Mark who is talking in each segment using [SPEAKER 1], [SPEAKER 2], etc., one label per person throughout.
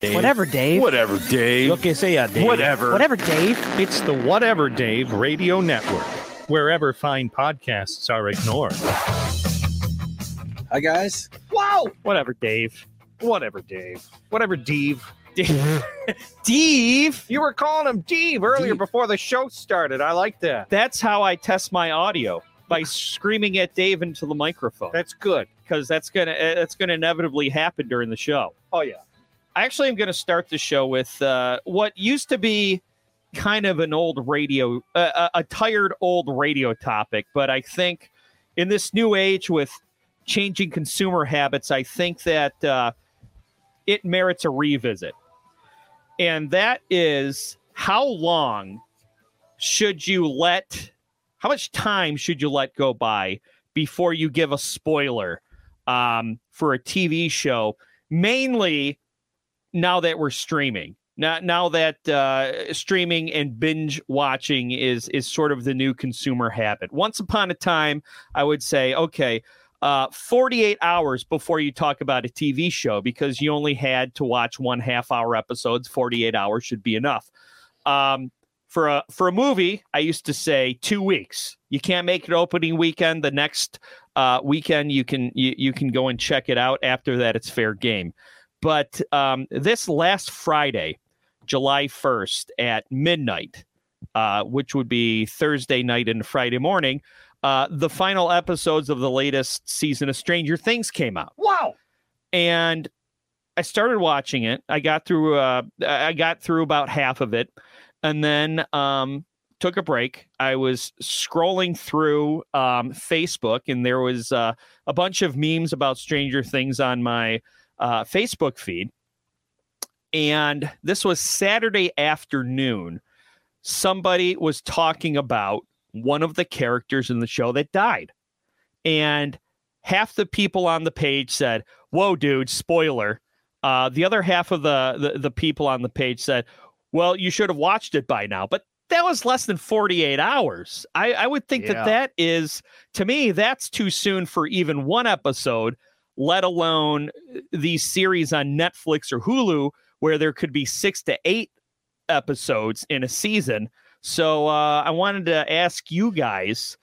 [SPEAKER 1] Dave.
[SPEAKER 2] Whatever, Dave.
[SPEAKER 1] Whatever, Dave.
[SPEAKER 3] Lo que sea, Dave.
[SPEAKER 1] Whatever.
[SPEAKER 2] Whatever, Dave.
[SPEAKER 4] It's the Whatever Dave Radio Network, wherever fine podcasts are ignored.
[SPEAKER 5] Hi, guys.
[SPEAKER 3] Wow. Whatever, Dave.
[SPEAKER 4] Whatever Dave. Whatever Dave.
[SPEAKER 3] Dave.
[SPEAKER 4] You were calling him Dave earlier before the show started. I like that.
[SPEAKER 3] That's how I test my audio by screaming at Dave into the microphone
[SPEAKER 4] That's good.
[SPEAKER 3] because that's gonna uh, that's gonna inevitably happen during the show.
[SPEAKER 4] Oh, yeah.
[SPEAKER 3] I actually am going to start the show with uh, what used to be kind of an old radio, uh, a- a tired old radio topic, but I think in this new age with changing consumer habits, I think that uh, it merits a revisit. And that is how long should you let, how much time should you let go by before you give a spoiler um, for a TV show? Mainly now that we're streaming now, now that uh, streaming and binge watching is is sort of the new consumer habit once upon a time i would say okay uh, 48 hours before you talk about a tv show because you only had to watch one half hour episodes 48 hours should be enough um, for a for a movie i used to say two weeks you can't make it opening weekend the next uh, weekend you can you, you can go and check it out after that it's fair game but um, this last Friday, July 1st at midnight, uh, which would be Thursday night and Friday morning, uh, the final episodes of the latest season of Stranger Things came out.
[SPEAKER 4] Wow.
[SPEAKER 3] And I started watching it. I got through uh, I got through about half of it and then um, took a break. I was scrolling through um, Facebook and there was uh, a bunch of memes about Stranger Things on my uh, Facebook feed. And this was Saturday afternoon. Somebody was talking about one of the characters in the show that died. And half the people on the page said, Whoa, dude, spoiler. Uh, the other half of the, the, the people on the page said, Well, you should have watched it by now. But that was less than 48 hours. I, I would think
[SPEAKER 4] Yeah.
[SPEAKER 3] that that is, to me, that's too soon for even one episode, let alone uh, these series on Netflix or Hulu where there could be six to eight episodes in a season. So uh, I wanted to ask you guys.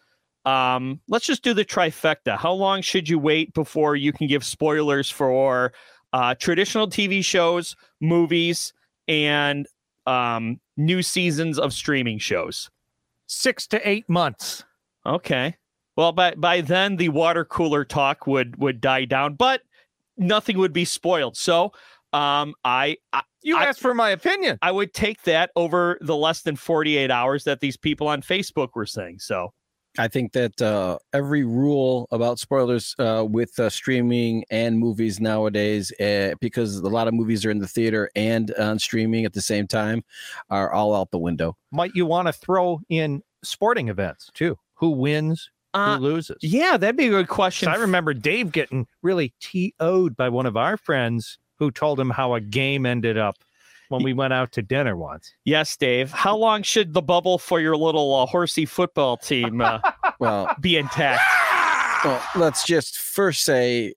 [SPEAKER 3] Um, let's just do the trifecta. How long should you wait before you can give spoilers for uh, traditional TV shows, movies, and um, new seasons of streaming shows?
[SPEAKER 4] Six to eight months.
[SPEAKER 3] Okay. Well, by by then the water cooler talk would would die down, but nothing would be spoiled. So, um, I I,
[SPEAKER 4] You
[SPEAKER 3] I-
[SPEAKER 4] asked for my opinion.
[SPEAKER 3] I would take that over the less than forty eight hours that these people on Facebook were saying. So,
[SPEAKER 5] I think that uh, every rule about spoilers uh, with uh, streaming and movies nowadays, uh, because a lot of movies are in the theater and on streaming at the same time, are all out the window.
[SPEAKER 4] Might you want to throw in sporting events too? Who wins? Who
[SPEAKER 3] uh,
[SPEAKER 4] loses?
[SPEAKER 3] yeah, that'd be a good question.
[SPEAKER 4] I remember Dave getting really TO'd by one of our friends who told him how a game ended up when we went out to dinner once.
[SPEAKER 3] Yes, Dave. How long should the bubble for your little uh, horsey football team uh,
[SPEAKER 5] Well,
[SPEAKER 3] be intact?
[SPEAKER 5] well, let's just first say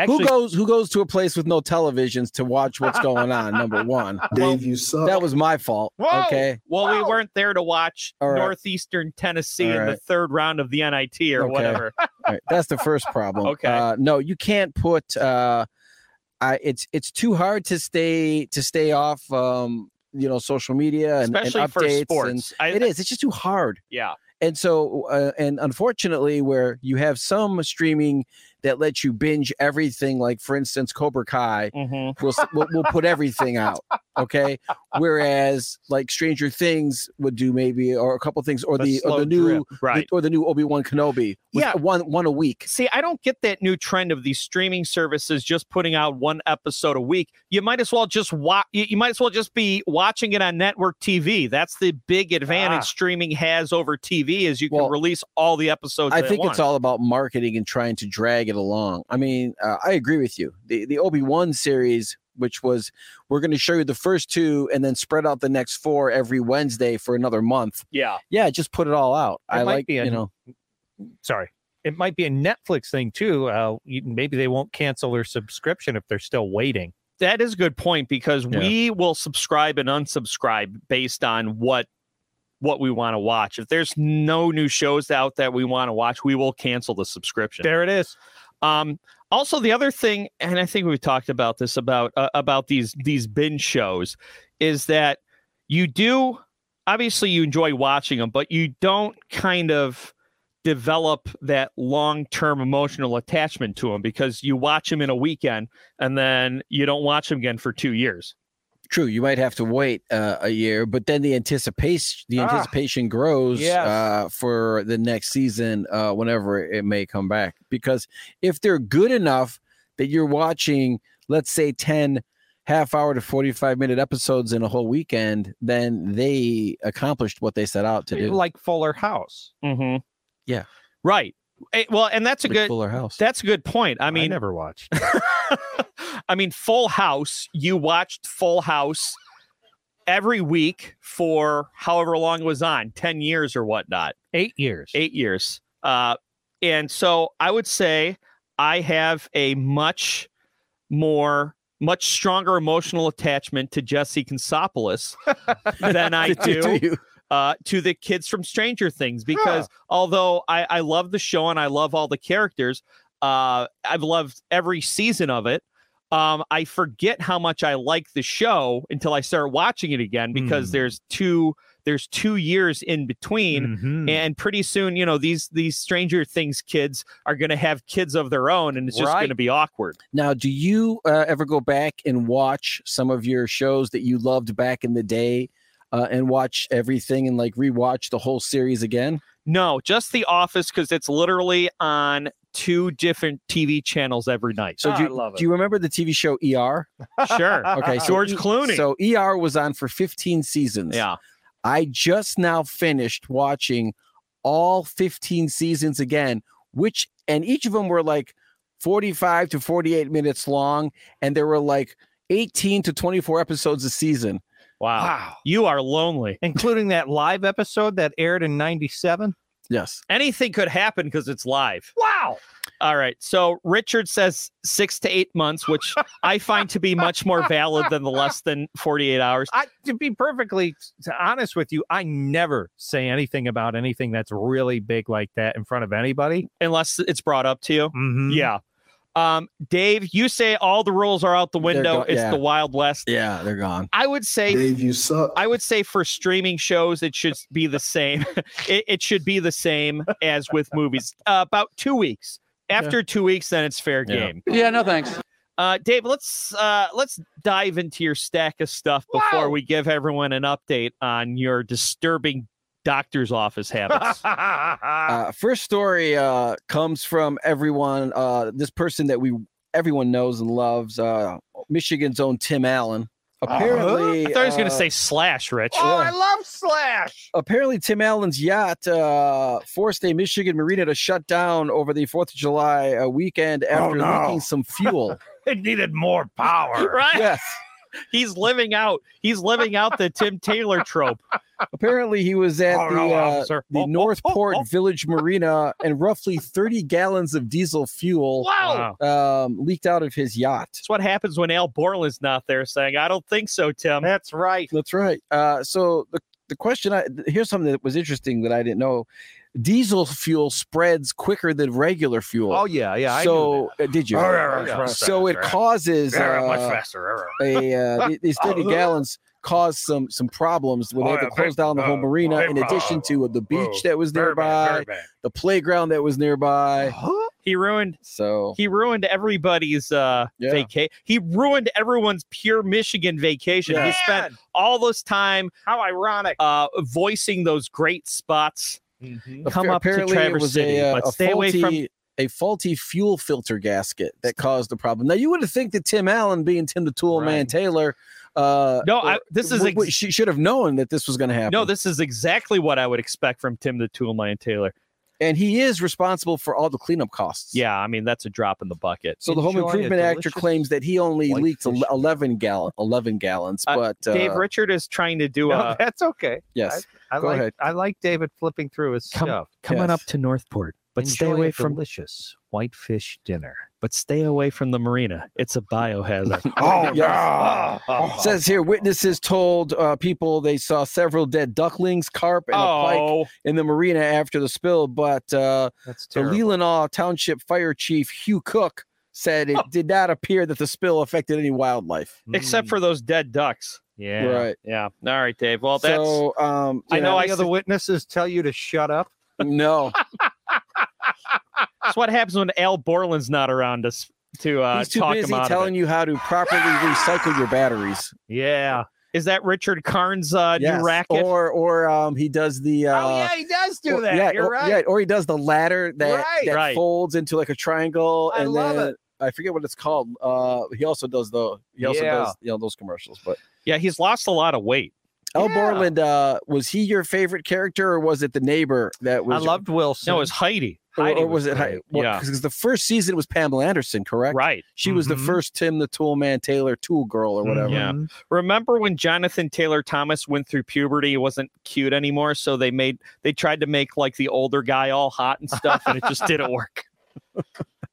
[SPEAKER 4] Actually,
[SPEAKER 5] who goes who goes to a place with no televisions to watch what's going on. Number one,
[SPEAKER 6] Dave, you suck.
[SPEAKER 5] that was my fault.
[SPEAKER 4] Whoa!
[SPEAKER 5] Okay,
[SPEAKER 3] Well, we weren't there to watch
[SPEAKER 5] All right.
[SPEAKER 3] Northeastern Tennessee
[SPEAKER 5] All
[SPEAKER 3] in the
[SPEAKER 5] right.
[SPEAKER 3] third round of the NIT or
[SPEAKER 5] Okay.
[SPEAKER 3] whatever.
[SPEAKER 5] All right, that's the first problem.
[SPEAKER 3] Okay.
[SPEAKER 5] Uh, no, you can't put. Uh, I it's it's too hard to stay to stay off. Um, you know, social media and, and
[SPEAKER 3] Especially for
[SPEAKER 5] updates and-
[SPEAKER 3] sports. I,
[SPEAKER 5] it is. It's just too hard.
[SPEAKER 3] Yeah.
[SPEAKER 5] And so, uh, and unfortunately, where you have some streaming that lets you binge everything, like for instance, Cobra Kai
[SPEAKER 3] Mhm.
[SPEAKER 5] will s- will, will put everything out. Okay. Whereas, like Stranger Things would do maybe, or a couple things, or
[SPEAKER 4] The
[SPEAKER 5] the or
[SPEAKER 4] slow
[SPEAKER 5] the new
[SPEAKER 4] drip,
[SPEAKER 5] the-
[SPEAKER 3] Right.
[SPEAKER 5] or the new Obi Wan Kenobi. with
[SPEAKER 3] Yeah.
[SPEAKER 5] One one a week.
[SPEAKER 3] See, I don't get that new trend of these streaming services just putting out one episode a week. You might as well just watch. You you might as well just be watching it on network TV. That's the big advantage
[SPEAKER 4] Ah.
[SPEAKER 3] streaming has over TV is you can
[SPEAKER 5] Well,
[SPEAKER 3] release all the episodes.
[SPEAKER 5] I
[SPEAKER 3] at
[SPEAKER 5] think
[SPEAKER 3] once.
[SPEAKER 5] it's all about marketing and trying to drag it along. I mean, uh, I agree with you. The the Obi Wan series, which was we're going to show you the first two and then spread out the next four every Wednesday for another month.
[SPEAKER 3] Yeah.
[SPEAKER 5] Yeah, just put it all out.
[SPEAKER 4] It
[SPEAKER 5] I
[SPEAKER 4] might
[SPEAKER 5] like
[SPEAKER 4] be a-
[SPEAKER 5] you know.
[SPEAKER 4] sorry, it might be a Netflix thing too. Uh, you- maybe they won't cancel their subscription if they're still waiting.
[SPEAKER 3] that is a good point because
[SPEAKER 5] Yeah.
[SPEAKER 3] we will subscribe and unsubscribe based on what what we want to watch. If there's no new shows out that we want to watch, we will cancel the subscription.
[SPEAKER 4] There it is.
[SPEAKER 3] Um, also, the other thing, and I think we've talked about this about uh, about these these binge shows, is that you do obviously you enjoy watching them, but you don't kind of develop that long term emotional attachment to them because you watch them in a weekend and then you don't watch them again for two years.
[SPEAKER 5] True, you might have to wait uh, a year, but then the anticipation the
[SPEAKER 4] Ah.
[SPEAKER 5] anticipation grows
[SPEAKER 4] Yes.
[SPEAKER 5] uh, for the next season, uh, whenever it may come back. Because if they're good enough that you're watching, let's say ten half hour to forty five minute episodes in a whole weekend, then they accomplished what they set out to do.
[SPEAKER 4] Like Fuller House.
[SPEAKER 3] Mm-hmm.
[SPEAKER 5] Yeah.
[SPEAKER 3] Right. Eh, well, and that's a
[SPEAKER 5] Like
[SPEAKER 3] good
[SPEAKER 5] Fuller House.
[SPEAKER 3] that's a good point. I mean,
[SPEAKER 4] I never watched.
[SPEAKER 3] I mean, Full House, you watched Full House every week for however long it was on 10 years or whatnot,
[SPEAKER 4] Eight years.
[SPEAKER 3] eight years. Uh, and so I would say I have a much more, much stronger emotional attachment to Jesse Consopoulos than I do
[SPEAKER 5] you.
[SPEAKER 3] uh, to the kids from Stranger Things because although I, I love the show and I love all the characters, uh, I've loved every season of it. Um, I forget how much I like the show until I start watching it again because
[SPEAKER 4] Hmm.
[SPEAKER 3] there's two there's two years in between.
[SPEAKER 4] Mhm.
[SPEAKER 3] And pretty soon, you know, these these Stranger Things kids are going to have kids of their own, and it's just
[SPEAKER 4] Right.
[SPEAKER 3] going to be awkward.
[SPEAKER 5] Now, do you uh, ever go back and watch some of your shows that you loved back in the day uh, and watch everything and like rewatch the whole series again?
[SPEAKER 3] No, just The Office because it's literally on two different TV channels every night.
[SPEAKER 5] So
[SPEAKER 4] Ah,
[SPEAKER 5] do,
[SPEAKER 4] I love
[SPEAKER 5] do you remember the TV show ER?
[SPEAKER 3] Sure,
[SPEAKER 5] Okay, so
[SPEAKER 3] George
[SPEAKER 5] E-
[SPEAKER 3] Clooney.
[SPEAKER 5] So ER was on for 15 seasons.
[SPEAKER 3] yeah.
[SPEAKER 5] I just now finished watching all 15 seasons again, which and each of them were like 45 to 48 minutes long and there were like 18 to 24 episodes a season.
[SPEAKER 3] Wow.
[SPEAKER 4] wow.
[SPEAKER 3] You are lonely.
[SPEAKER 4] Including that live episode that aired in 97.
[SPEAKER 5] Yes.
[SPEAKER 3] Anything could happen because it's live.
[SPEAKER 4] Wow.
[SPEAKER 3] All right. So Richard says six to eight months, which I find to be much more valid than the less than 48 hours.
[SPEAKER 4] I, to be perfectly s- honest with you, I never say anything about anything that's really big like that in front of anybody.
[SPEAKER 3] Unless it's brought up to you.
[SPEAKER 5] Mm-hmm.
[SPEAKER 4] Mhm.
[SPEAKER 3] Yeah. Um, Dave, you say all the rules are out the window.
[SPEAKER 5] go-
[SPEAKER 3] it's
[SPEAKER 5] yeah.
[SPEAKER 3] the Wild West.
[SPEAKER 5] Yeah, they're gone.
[SPEAKER 3] I would say
[SPEAKER 1] Dave, you suck.
[SPEAKER 3] I would say for streaming shows, it should be the same. it, it should be the same as with movies. Uh, about two weeks. After two weeks, then it's fair
[SPEAKER 5] Yeah.
[SPEAKER 3] game.
[SPEAKER 2] Yeah, no thanks.
[SPEAKER 3] Uh, Dave, let's uh, let's dive into your stack of stuff before we give everyone an update on your disturbing doctor's office habits.
[SPEAKER 5] Uh, first story uh, comes from everyone. Uh, this person that we everyone knows and loves, uh, Michigan's own Tim Allen.
[SPEAKER 4] Uh-huh.
[SPEAKER 5] Apparently,
[SPEAKER 3] I thought he was going to
[SPEAKER 5] uh,
[SPEAKER 3] say slash, Rich.
[SPEAKER 5] Oh, I
[SPEAKER 4] love Slash.
[SPEAKER 5] apparently Tim Allen's yacht uh, forced a Michigan marina to shut down over the Fourth of July uh, weekend after
[SPEAKER 4] Oh, no.
[SPEAKER 5] leaking some fuel.
[SPEAKER 4] It needed more power.
[SPEAKER 3] right?
[SPEAKER 5] yes,
[SPEAKER 3] He's living out. He's living out the Tim Taylor trope.
[SPEAKER 5] apparently he was at
[SPEAKER 4] Oh,
[SPEAKER 5] the
[SPEAKER 4] no,
[SPEAKER 5] uh,
[SPEAKER 4] officer.
[SPEAKER 5] the
[SPEAKER 4] Oh, oh,
[SPEAKER 5] Northport
[SPEAKER 4] oh, oh.
[SPEAKER 5] Village Marina, and roughly 30 gallons of diesel fuel
[SPEAKER 3] Wow.
[SPEAKER 5] um, leaked out of his yacht.
[SPEAKER 3] That's what happens when Al Borland's not there saying, I don't think so, Tim.
[SPEAKER 4] That's right.
[SPEAKER 5] That's right. Uh, so the, the question I th- here's something that was interesting that I didn't know. Diesel fuel spreads quicker than regular fuel.
[SPEAKER 4] Oh yeah, yeah. I knew
[SPEAKER 5] so uh, did you?
[SPEAKER 4] that. Yeah, yeah.
[SPEAKER 5] So it causes
[SPEAKER 4] Yeah, much
[SPEAKER 5] uh,
[SPEAKER 4] faster.
[SPEAKER 5] a uh, th- these 30 gallons caused some some problems where they
[SPEAKER 4] Oh,
[SPEAKER 5] had to
[SPEAKER 4] yeah,
[SPEAKER 5] close down the whole
[SPEAKER 4] uh,
[SPEAKER 5] marina
[SPEAKER 4] big
[SPEAKER 5] in addition to the beach
[SPEAKER 4] Whoa,
[SPEAKER 5] that was nearby, the playground that was nearby.
[SPEAKER 3] He ruined
[SPEAKER 5] So
[SPEAKER 3] he ruined everybody's uh
[SPEAKER 5] Yeah.
[SPEAKER 3] vacation. He ruined everyone's pure Michigan vacation. He spent all this time
[SPEAKER 4] how ironic.
[SPEAKER 3] uh voicing those great spots Come
[SPEAKER 5] appa-
[SPEAKER 3] up to Traverse City,
[SPEAKER 5] uh,
[SPEAKER 3] but stay away from-
[SPEAKER 5] a faulty fuel filter gasket that caused the problem. Now you would have think that Tim Allen, being Tim the Tool Man
[SPEAKER 4] Right.
[SPEAKER 5] Taylor, uh,
[SPEAKER 3] No, I,
[SPEAKER 5] or-
[SPEAKER 3] this is
[SPEAKER 5] w- w-
[SPEAKER 3] ex-
[SPEAKER 5] she should have known that this was going to happen.
[SPEAKER 3] no, this is exactly what I would expect from Tim the Toolman Taylor.
[SPEAKER 5] and he is responsible for all the cleanup costs.
[SPEAKER 3] Yeah, I mean that's a drop in the bucket.
[SPEAKER 5] So the Home
[SPEAKER 4] Enjoy a
[SPEAKER 5] Improvement actor
[SPEAKER 4] delicious
[SPEAKER 5] claims that he only
[SPEAKER 4] white
[SPEAKER 5] leaked ele-
[SPEAKER 4] fish.
[SPEAKER 5] eleven gallon, eleven gallons.
[SPEAKER 3] Uh,
[SPEAKER 5] But uh,
[SPEAKER 3] Dave Richard is trying to do
[SPEAKER 4] No,
[SPEAKER 3] a
[SPEAKER 4] that's okay.
[SPEAKER 5] yes,
[SPEAKER 4] I
[SPEAKER 5] uh, Go
[SPEAKER 4] like
[SPEAKER 5] ahead.
[SPEAKER 4] I like David flipping through his
[SPEAKER 3] Come-
[SPEAKER 4] stuff.
[SPEAKER 5] coming up
[SPEAKER 3] to Northport,
[SPEAKER 4] Enjoy a delicious whitefish dinner.
[SPEAKER 3] but stay away from the marina. It's a biohazard.
[SPEAKER 5] Oh, Says here, witnesses told uh, people they saw several dead ducklings, carp, and a pike
[SPEAKER 3] oh,
[SPEAKER 5] in the marina after the spill, but uh,
[SPEAKER 4] That's
[SPEAKER 5] the
[SPEAKER 4] terrible.
[SPEAKER 5] Leelanau Township Fire Chief Hugh Cook said it did not appear that the spill affected any wildlife.
[SPEAKER 3] except
[SPEAKER 4] Mm,
[SPEAKER 3] for those dead ducks.
[SPEAKER 4] yeah.
[SPEAKER 5] Right.
[SPEAKER 3] Yeah. All right, Dave. Well, that's
[SPEAKER 5] so, um,
[SPEAKER 3] I
[SPEAKER 5] you
[SPEAKER 3] know I
[SPEAKER 4] Any
[SPEAKER 3] s-
[SPEAKER 4] other witnesses tell you to shut up?
[SPEAKER 5] no,
[SPEAKER 3] that's what happens when Al Borland's not around us to uh,
[SPEAKER 5] he's too
[SPEAKER 3] talk
[SPEAKER 5] busy
[SPEAKER 3] him out of
[SPEAKER 5] telling you how to properly recycle your batteries.
[SPEAKER 4] Yeah.
[SPEAKER 3] it. Is that Richard Karn's uh,
[SPEAKER 5] Yes.
[SPEAKER 3] new racket? Oh,
[SPEAKER 5] or or um, he does the. Uh,
[SPEAKER 4] Oh, he does
[SPEAKER 5] or- Yeah, or, yeah, or he does the ladder that,
[SPEAKER 4] Right.
[SPEAKER 5] that
[SPEAKER 3] Right.
[SPEAKER 5] folds into like a triangle,
[SPEAKER 4] I
[SPEAKER 5] and
[SPEAKER 4] love
[SPEAKER 5] then I forget what it's called. Uh, he also does the he also
[SPEAKER 4] Yeah.
[SPEAKER 5] does you know those commercials. But
[SPEAKER 3] yeah, he's lost a lot of weight.
[SPEAKER 5] El
[SPEAKER 4] Yeah.
[SPEAKER 5] Borland, uh, was he your favorite character, or was it the neighbor that was?
[SPEAKER 4] I loved Wilson.
[SPEAKER 3] No, it was Heidi.
[SPEAKER 5] or,
[SPEAKER 4] Heidi
[SPEAKER 5] or
[SPEAKER 4] was
[SPEAKER 5] was, it?
[SPEAKER 4] great.
[SPEAKER 3] Yeah.
[SPEAKER 5] because the first season was Pamela Anderson, correct?
[SPEAKER 3] Right. Mm-hmm.
[SPEAKER 5] She was the
[SPEAKER 4] Mhm.
[SPEAKER 5] first Tim the Tool Man Taylor Tool Girl or whatever.
[SPEAKER 3] Yeah. Remember when Jonathan Taylor Thomas went through puberty? He wasn't cute anymore, so they made they tried to make like the older guy all hot and stuff, and it just didn't work.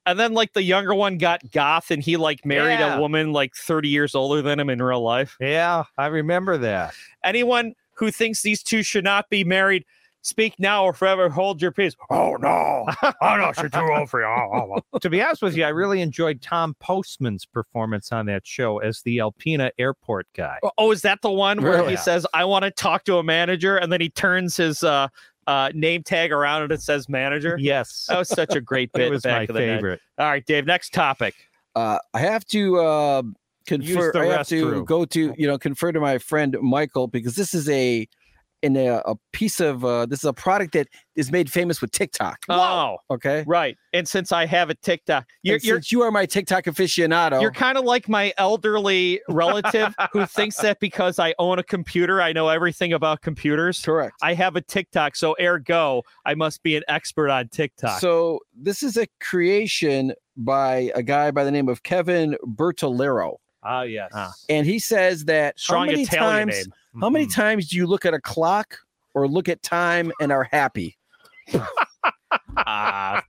[SPEAKER 3] And then like the younger one got goth, and he like married
[SPEAKER 4] Yeah.
[SPEAKER 3] a woman like thirty years older than him in real life.
[SPEAKER 4] Yeah, I remember that.
[SPEAKER 3] Anyone who thinks these two should not be married, speak now or forever hold your peace.
[SPEAKER 1] Oh no! Oh no! She's too old for you. Oh, oh, oh.
[SPEAKER 4] to be honest with you, I really enjoyed Tom Postman's performance on that show as the Alpena airport guy.
[SPEAKER 3] Oh, is that the one where
[SPEAKER 5] Really?
[SPEAKER 3] he says, "I want to talk to a manager," and then he turns his uh, uh, name tag around and it says "manager."
[SPEAKER 4] Yes.
[SPEAKER 3] That was such a great bit
[SPEAKER 4] it was my
[SPEAKER 3] back in the day.
[SPEAKER 4] favorite.
[SPEAKER 3] All right, Dave. Next topic.
[SPEAKER 5] Uh, I have to uh, confer.
[SPEAKER 4] the
[SPEAKER 5] I have to
[SPEAKER 4] restroom.
[SPEAKER 5] go to you know confer to my friend Michael because this is a in a, a piece of uh, this is a product that is made famous with TikTok.
[SPEAKER 3] Oh,
[SPEAKER 5] Okay,
[SPEAKER 3] right. And since I have a TikTok, you're
[SPEAKER 5] And
[SPEAKER 3] you're,
[SPEAKER 5] since you are my TikTok aficionado,
[SPEAKER 3] you're kind of like my elderly relative who thinks that because I own a computer, I know everything about computers.
[SPEAKER 5] correct.
[SPEAKER 3] I have a TikTok, so ergo, I must be an expert on TikTok.
[SPEAKER 5] So this is a creation by a guy by the name of Kevin Bertolero,
[SPEAKER 4] Ah, yes.
[SPEAKER 3] Ah.
[SPEAKER 5] and he says that
[SPEAKER 3] Strong
[SPEAKER 5] how many
[SPEAKER 3] Italian
[SPEAKER 5] times,
[SPEAKER 3] name.
[SPEAKER 5] How many
[SPEAKER 4] Mhm.
[SPEAKER 5] times do you look at a clock or look at time and are happy?
[SPEAKER 3] Uh,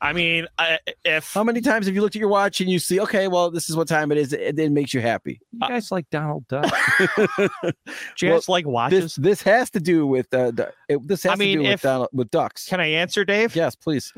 [SPEAKER 3] I mean, I, if
[SPEAKER 5] How many times have you looked at your watch and you see, okay, well, this is what time it is, and it makes you happy?
[SPEAKER 4] You guys like Donald Duck.
[SPEAKER 3] do you
[SPEAKER 5] well,
[SPEAKER 3] guys like watches,
[SPEAKER 5] this this has to do with uh, du- it, this
[SPEAKER 3] I
[SPEAKER 5] has
[SPEAKER 3] mean,
[SPEAKER 5] to do
[SPEAKER 3] if-
[SPEAKER 5] with Donald, with ducks.
[SPEAKER 3] can I answer, Dave?
[SPEAKER 5] Yes, please.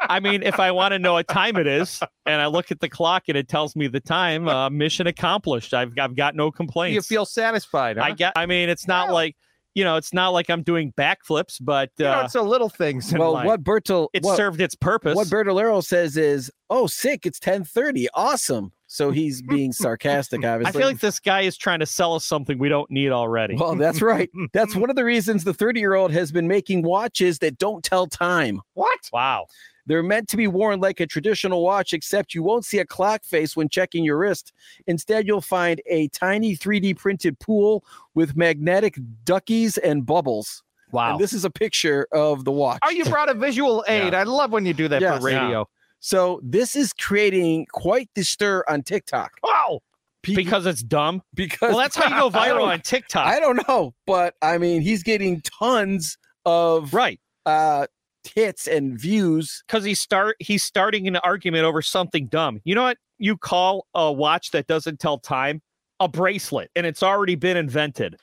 [SPEAKER 3] I mean, if I want to know what time it is, and I look at the clock and it tells me the time, uh, mission accomplished. I've I've got no complaints.
[SPEAKER 4] you feel satisfied, huh?
[SPEAKER 3] I get. I mean, it's not like you know, it's not like I'm doing backflips, but
[SPEAKER 4] You know,
[SPEAKER 3] uh,
[SPEAKER 4] it's the little things. in
[SPEAKER 5] Well,
[SPEAKER 4] life.
[SPEAKER 5] what Bertel
[SPEAKER 3] it
[SPEAKER 5] what,
[SPEAKER 3] served its purpose.
[SPEAKER 5] what Bertolero says is, "Oh, sick! It's ten thirty. Awesome." So he's being sarcastic,
[SPEAKER 3] I
[SPEAKER 5] obviously.
[SPEAKER 3] feel like this guy is trying to sell us something we don't need already.
[SPEAKER 5] well, that's right. That's one of the reasons the 30 year old has been making watches that don't tell time.
[SPEAKER 3] what? Wow.
[SPEAKER 5] They're meant to be worn like a traditional watch, except you won't see a clock face when checking your wrist. Instead, you'll find a tiny 3D printed pool with magnetic duckies and bubbles.
[SPEAKER 4] Wow.
[SPEAKER 5] And this is a picture of the watch.
[SPEAKER 4] Oh, you brought a visual aid. I love when you do that
[SPEAKER 5] Yes.
[SPEAKER 4] for radio.
[SPEAKER 5] so this is creating quite the stir on TikTok
[SPEAKER 4] Wow.
[SPEAKER 5] Pe-
[SPEAKER 3] Because it's dumb.
[SPEAKER 5] because
[SPEAKER 3] Well, that's how you go
[SPEAKER 5] I
[SPEAKER 3] viral
[SPEAKER 5] don't-
[SPEAKER 3] on TikTok.
[SPEAKER 5] I don't know, but I mean, he's getting tons of
[SPEAKER 3] right.
[SPEAKER 5] uh, hits and views.
[SPEAKER 3] Because he start he's starting an argument over something dumb. You know what you call a watch that doesn't tell time? A bracelet, and it's already been invented.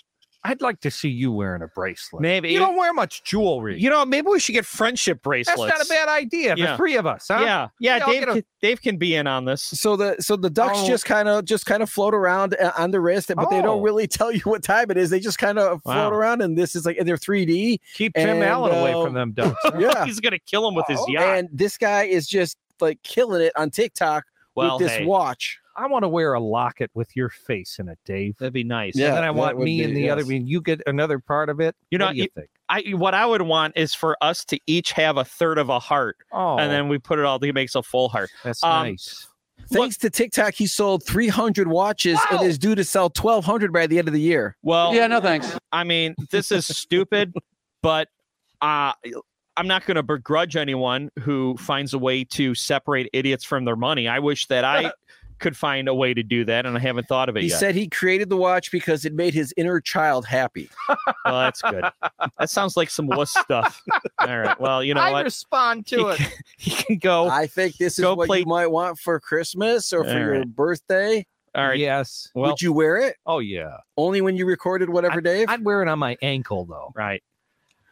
[SPEAKER 4] I'd like to see you wearing a bracelet.
[SPEAKER 3] Maybe
[SPEAKER 4] You don't wear much jewelry.
[SPEAKER 3] You know, maybe we should get friendship
[SPEAKER 4] That's
[SPEAKER 3] bracelets.
[SPEAKER 4] not a bad idea.
[SPEAKER 3] Yeah.
[SPEAKER 4] The three of us, huh?
[SPEAKER 3] Yeah, yeah.
[SPEAKER 4] Yeah, I'll
[SPEAKER 3] Dave,
[SPEAKER 4] get a-
[SPEAKER 3] can, Dave can be in on this.
[SPEAKER 5] So the so the ducks
[SPEAKER 4] Oh.
[SPEAKER 5] just kind of just kind of float around uh, on the wrist, but they
[SPEAKER 4] Oh.
[SPEAKER 5] don't really tell you what time it is. They just kind of
[SPEAKER 3] Wow.
[SPEAKER 5] float around, and this is like and they're 3D.
[SPEAKER 4] Keep Tim
[SPEAKER 5] And,
[SPEAKER 4] Allen away
[SPEAKER 5] uh,
[SPEAKER 4] from them ducks.
[SPEAKER 5] Yeah, Oh,
[SPEAKER 3] He's gonna kill him with his yacht.
[SPEAKER 5] and this guy is just like killing it on TikTok
[SPEAKER 3] well,
[SPEAKER 5] with this
[SPEAKER 3] hey,
[SPEAKER 5] watch.
[SPEAKER 4] I want to wear a locket with your face in it, Dave.
[SPEAKER 3] that'd be nice.
[SPEAKER 5] Yeah.
[SPEAKER 4] and then I
[SPEAKER 5] that
[SPEAKER 4] want
[SPEAKER 5] would
[SPEAKER 4] me
[SPEAKER 5] be-
[SPEAKER 4] and the other. I
[SPEAKER 5] yes.
[SPEAKER 4] mean, you get another part of it.
[SPEAKER 3] You know,
[SPEAKER 4] what do you
[SPEAKER 3] you-
[SPEAKER 4] think?
[SPEAKER 3] I what I would want is for us to each have a third of a heart,
[SPEAKER 4] Oh,
[SPEAKER 3] and then we put it all together, makes a full heart.
[SPEAKER 4] that's
[SPEAKER 3] um,
[SPEAKER 4] nice.
[SPEAKER 5] Thanks to TikTok, he sold 300 watches and is due to sell 1,200 by the end of the year.
[SPEAKER 3] Well,
[SPEAKER 2] yeah, no thanks.
[SPEAKER 3] I mean, this is stupid, but uh, I'm not going to begrudge anyone who finds a way to separate idiots from their money. I wish that I could find a way to do that, and I haven't thought of it
[SPEAKER 5] He
[SPEAKER 3] yet.
[SPEAKER 5] said he created the watch because it made his inner child happy.
[SPEAKER 3] well, that's good. That sounds like some wuss stuff. All right. Well, you know
[SPEAKER 4] I
[SPEAKER 3] what?
[SPEAKER 4] respond to
[SPEAKER 3] He
[SPEAKER 4] it.
[SPEAKER 3] can- He can go.
[SPEAKER 5] I think this is
[SPEAKER 3] Go
[SPEAKER 5] what
[SPEAKER 3] play-
[SPEAKER 5] you might want for Christmas or for
[SPEAKER 3] All
[SPEAKER 5] your
[SPEAKER 3] right.
[SPEAKER 5] birthday.
[SPEAKER 3] All right.
[SPEAKER 4] Yes.
[SPEAKER 3] Well,
[SPEAKER 5] Would you wear it?
[SPEAKER 4] Oh yeah.
[SPEAKER 5] Only when you recorded whatever, Dave.
[SPEAKER 4] I'd wear it on my ankle though.
[SPEAKER 3] right.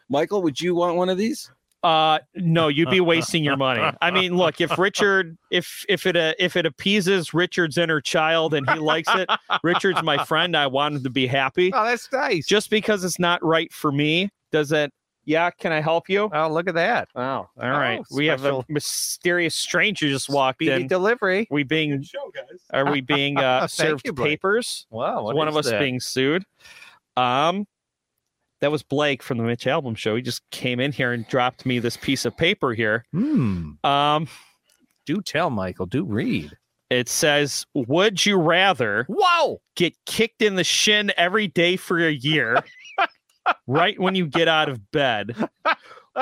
[SPEAKER 5] Michael, would you want one of these?
[SPEAKER 3] Uh, no, you'd be wasting your money. I mean, look, if Richard, if if it uh, if it appeases Richard's inner child and he likes it, Richard's my friend. I want him to be happy.
[SPEAKER 4] Oh, that's nice.
[SPEAKER 3] Just because it's not right for me, does it? Yeah, can I help you? Oh,
[SPEAKER 4] oh, look at that. Oh,
[SPEAKER 3] Wow. All right, we have a
[SPEAKER 4] special.
[SPEAKER 3] mysterious stranger just walked
[SPEAKER 4] Speedy
[SPEAKER 3] in.
[SPEAKER 4] delivery.
[SPEAKER 3] we being
[SPEAKER 1] show, guys.
[SPEAKER 3] are we being uh,
[SPEAKER 4] Thank
[SPEAKER 3] served
[SPEAKER 4] you, Blake.
[SPEAKER 3] papers?
[SPEAKER 4] Wow.
[SPEAKER 3] one of us being sued. Um, that was Blake from the Mitch Album Show. He just came in here and dropped me this piece of paper here.
[SPEAKER 4] Hmm.
[SPEAKER 3] Um.
[SPEAKER 4] Do tell, Michael. Do read.
[SPEAKER 3] It says, Would you rather
[SPEAKER 4] Wow.
[SPEAKER 3] get kicked in the shin every day for a year, right when you get out of bed,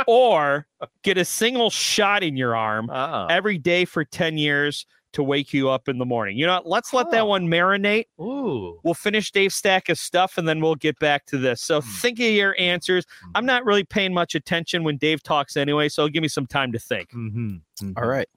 [SPEAKER 3] or get a single shot in your arm
[SPEAKER 4] Uh,
[SPEAKER 3] every day for 10 years to wake you up in the morning? You know, what? let's let that
[SPEAKER 4] Huh.
[SPEAKER 3] one marinate.
[SPEAKER 4] ooh.
[SPEAKER 3] We'll finish Dave's stack of stuff and then we'll get back to this. So
[SPEAKER 4] Hmm.
[SPEAKER 3] think of your answers. I'm not really paying much attention when Dave talks anyway, so give me some time to think.
[SPEAKER 4] Mhm, mhm.
[SPEAKER 3] mm-hmm.
[SPEAKER 5] All right.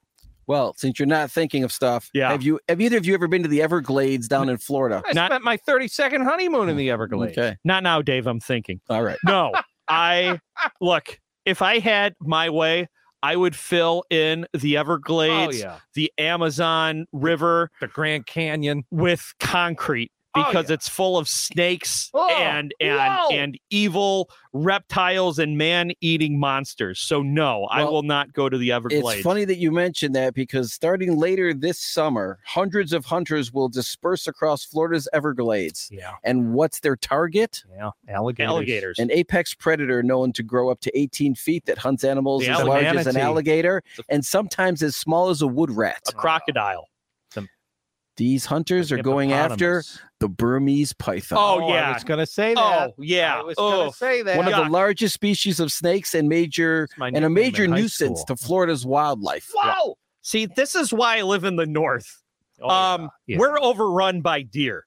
[SPEAKER 5] Well, since you're not thinking of stuff,
[SPEAKER 3] Yeah.
[SPEAKER 5] have you have either of you ever been to the Everglades down in Florida?
[SPEAKER 4] I
[SPEAKER 3] Not-
[SPEAKER 4] spent my 30 second honeymoon in the Everglades.
[SPEAKER 5] Okay.
[SPEAKER 3] Not now, Dave. I'm thinking.
[SPEAKER 5] All right.
[SPEAKER 3] No, I look. If I had my way, I would fill in the
[SPEAKER 4] Oh,
[SPEAKER 3] Everglades,
[SPEAKER 4] yeah.
[SPEAKER 3] the Amazon River
[SPEAKER 4] The Grand Canyon.
[SPEAKER 3] with concrete
[SPEAKER 4] Oh,
[SPEAKER 3] because
[SPEAKER 4] yeah.
[SPEAKER 3] it's full of snakes
[SPEAKER 4] Oh,
[SPEAKER 3] and and
[SPEAKER 4] whoa.
[SPEAKER 3] and evil reptiles and man-eating monsters. So no, I
[SPEAKER 5] Well,
[SPEAKER 3] will not go to the Everglades.
[SPEAKER 5] It's funny that you mentioned that because starting later this summer, hundreds of hunters will disperse across Florida's Everglades.
[SPEAKER 4] Yeah.
[SPEAKER 5] And what's their target?
[SPEAKER 4] Yeah. Alligators.
[SPEAKER 3] Alligators.
[SPEAKER 5] An apex predator known to grow up to 18 feet that hunts animals
[SPEAKER 3] The
[SPEAKER 5] as
[SPEAKER 3] alli-
[SPEAKER 5] large as an
[SPEAKER 4] manatee.
[SPEAKER 5] alligator and sometimes as small as a wood rat.
[SPEAKER 3] a crocodile.
[SPEAKER 5] These hunters are going after
[SPEAKER 4] Hippopotamus.
[SPEAKER 5] the Burmese python.
[SPEAKER 3] Oh,
[SPEAKER 4] I
[SPEAKER 3] yeah.
[SPEAKER 4] was going to say that.
[SPEAKER 3] Oh yeah.
[SPEAKER 4] I was
[SPEAKER 3] Oh,
[SPEAKER 4] going to say that.
[SPEAKER 5] one of
[SPEAKER 3] yuck.
[SPEAKER 5] the largest species of snakes and major
[SPEAKER 4] It's my
[SPEAKER 5] and a
[SPEAKER 4] nickname
[SPEAKER 5] major
[SPEAKER 4] in high
[SPEAKER 5] nuisance
[SPEAKER 4] school.
[SPEAKER 5] to Florida's wildlife.
[SPEAKER 3] wow. See, this is why I live in the north.
[SPEAKER 4] Oh, yeah.
[SPEAKER 3] um,
[SPEAKER 4] Yeah.
[SPEAKER 3] We're overrun by deer.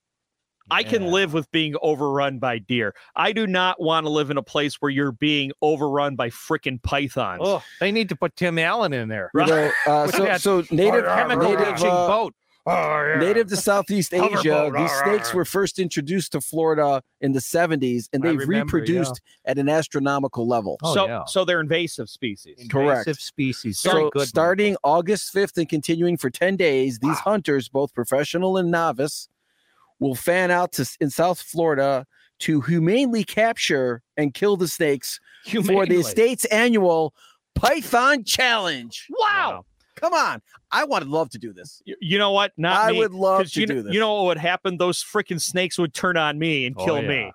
[SPEAKER 3] I can
[SPEAKER 4] Yeah.
[SPEAKER 3] live with being overrun by deer. I do not want to live in a place where you're being overrun by freaking pythons.
[SPEAKER 4] Oh, they need to put Tim Allen in there.
[SPEAKER 5] You know, uh,
[SPEAKER 4] With
[SPEAKER 5] so,
[SPEAKER 4] that
[SPEAKER 5] so native,
[SPEAKER 4] Chemical
[SPEAKER 1] Native,
[SPEAKER 4] reaching
[SPEAKER 5] uh,
[SPEAKER 4] boat.
[SPEAKER 1] Oh, yeah.
[SPEAKER 5] native to Southeast Asia,
[SPEAKER 1] Hoverboard,
[SPEAKER 5] these
[SPEAKER 1] rah, rah,
[SPEAKER 5] snakes
[SPEAKER 1] rah.
[SPEAKER 5] were first introduced to Florida in the 70s and
[SPEAKER 4] I
[SPEAKER 5] they've
[SPEAKER 4] remember, yeah.
[SPEAKER 5] reproduced at an astronomical level.
[SPEAKER 4] Oh,
[SPEAKER 3] so,
[SPEAKER 4] yeah.
[SPEAKER 3] so they're invasive species.
[SPEAKER 5] Correct.
[SPEAKER 4] Invasive species. Very
[SPEAKER 5] So,
[SPEAKER 4] good.
[SPEAKER 5] starting August 5th and continuing for 10 days, these hunters, both professional and novice, will fan out to, in South Florida to humanely capture and kill the snakes for the
[SPEAKER 4] Humanely.
[SPEAKER 5] state's annual Python Challenge.
[SPEAKER 3] Wow.
[SPEAKER 5] Come on. I would love to do this.
[SPEAKER 3] Y- You know what? Not
[SPEAKER 5] I
[SPEAKER 3] me,
[SPEAKER 5] would love
[SPEAKER 3] 'cause
[SPEAKER 5] to
[SPEAKER 3] you, kn-
[SPEAKER 5] do this.
[SPEAKER 3] You know what would happen? Those freaking snakes would turn on me and
[SPEAKER 4] Oh,
[SPEAKER 3] kill
[SPEAKER 4] yeah.
[SPEAKER 3] me.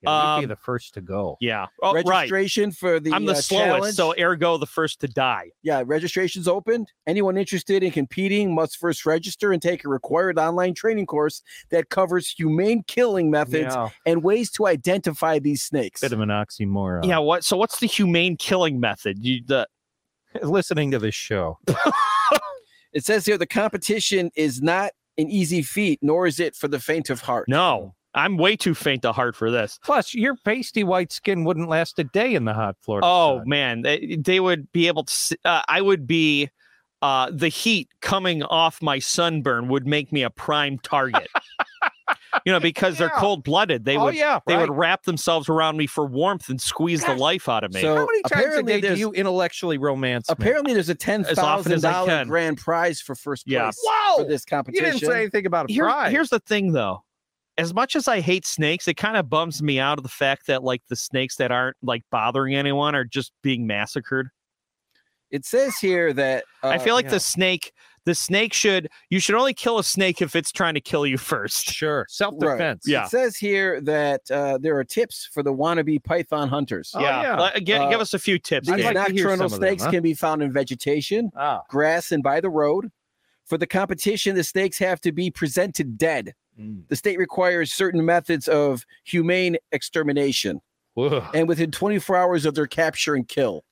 [SPEAKER 4] Yeah, we'd be
[SPEAKER 3] Um,
[SPEAKER 4] the first to go.
[SPEAKER 3] Yeah. Oh, right.
[SPEAKER 5] registration for the,
[SPEAKER 3] I'm the
[SPEAKER 5] uh,
[SPEAKER 3] slowest,
[SPEAKER 5] challenge.
[SPEAKER 3] so ergo the first to die.
[SPEAKER 5] yeah, registration's open. Anyone interested in competing must first register and take a required online training course that covers humane killing methods
[SPEAKER 4] Yeah.
[SPEAKER 5] and ways to identify these snakes.
[SPEAKER 4] Bit of an oxymoron.
[SPEAKER 3] Yeah. What? So what's the humane killing method? You the
[SPEAKER 4] Listening to this show.
[SPEAKER 5] It says here the competition is not an easy feat, nor is it for the faint of heart.
[SPEAKER 4] Hmm.
[SPEAKER 3] no. I'm way too faint of heart for this.
[SPEAKER 4] Plus, your pasty white skin wouldn't last a day in the hot Florida
[SPEAKER 3] Oh
[SPEAKER 4] sun.
[SPEAKER 3] man, they, they would be able to. s- Uh, I would be. Uh, the heat coming off my sunburn would make me a prime target. you know, because they're
[SPEAKER 4] Yeah.
[SPEAKER 3] cold blooded. They
[SPEAKER 4] oh,
[SPEAKER 3] would
[SPEAKER 4] yeah.
[SPEAKER 3] they
[SPEAKER 4] right.
[SPEAKER 3] would wrap themselves around me for warmth and squeeze
[SPEAKER 4] Gosh.
[SPEAKER 3] the life out of me.
[SPEAKER 5] So
[SPEAKER 4] How many times a
[SPEAKER 5] apparently
[SPEAKER 4] day do
[SPEAKER 5] there's-
[SPEAKER 4] you intellectually romance? me?
[SPEAKER 5] Apparently, there's a ten
[SPEAKER 3] often
[SPEAKER 5] thousand
[SPEAKER 3] as I
[SPEAKER 5] dollar
[SPEAKER 3] can.
[SPEAKER 5] grand prize for first place
[SPEAKER 3] Yeah.
[SPEAKER 4] Wow.
[SPEAKER 5] for this
[SPEAKER 4] You
[SPEAKER 5] competition.
[SPEAKER 4] Oh, didn't say anything about a
[SPEAKER 3] Here-
[SPEAKER 4] prize.
[SPEAKER 3] here's the thing though. As much as I hate snakes, it kind of bums me out of the fact that like the snakes that aren't like bothering anyone are just being massacred.
[SPEAKER 5] it says here that uh,
[SPEAKER 3] I feel like
[SPEAKER 4] yeah.
[SPEAKER 3] the snake, the snake should, you should only kill a snake if it's trying to kill you first.
[SPEAKER 4] sure self defense.
[SPEAKER 3] Yeah.
[SPEAKER 5] It says here that uh, there are tips for the wannabe python hunters.
[SPEAKER 4] Oh, yeah.
[SPEAKER 3] Let- gi-
[SPEAKER 5] Uh,
[SPEAKER 3] give us a few tips.
[SPEAKER 5] These
[SPEAKER 4] I'd
[SPEAKER 3] Dave.
[SPEAKER 4] like to hear some
[SPEAKER 5] nocturnal
[SPEAKER 4] of them,
[SPEAKER 5] snakes
[SPEAKER 4] huh?
[SPEAKER 5] can be found in vegetation,
[SPEAKER 4] Ah.
[SPEAKER 5] grass, and by the road. For the competition, the snakes have to be presented dead. The state requires certain methods of humane extermination,
[SPEAKER 4] Whoa.
[SPEAKER 5] and within 24 hours of their capture and kill.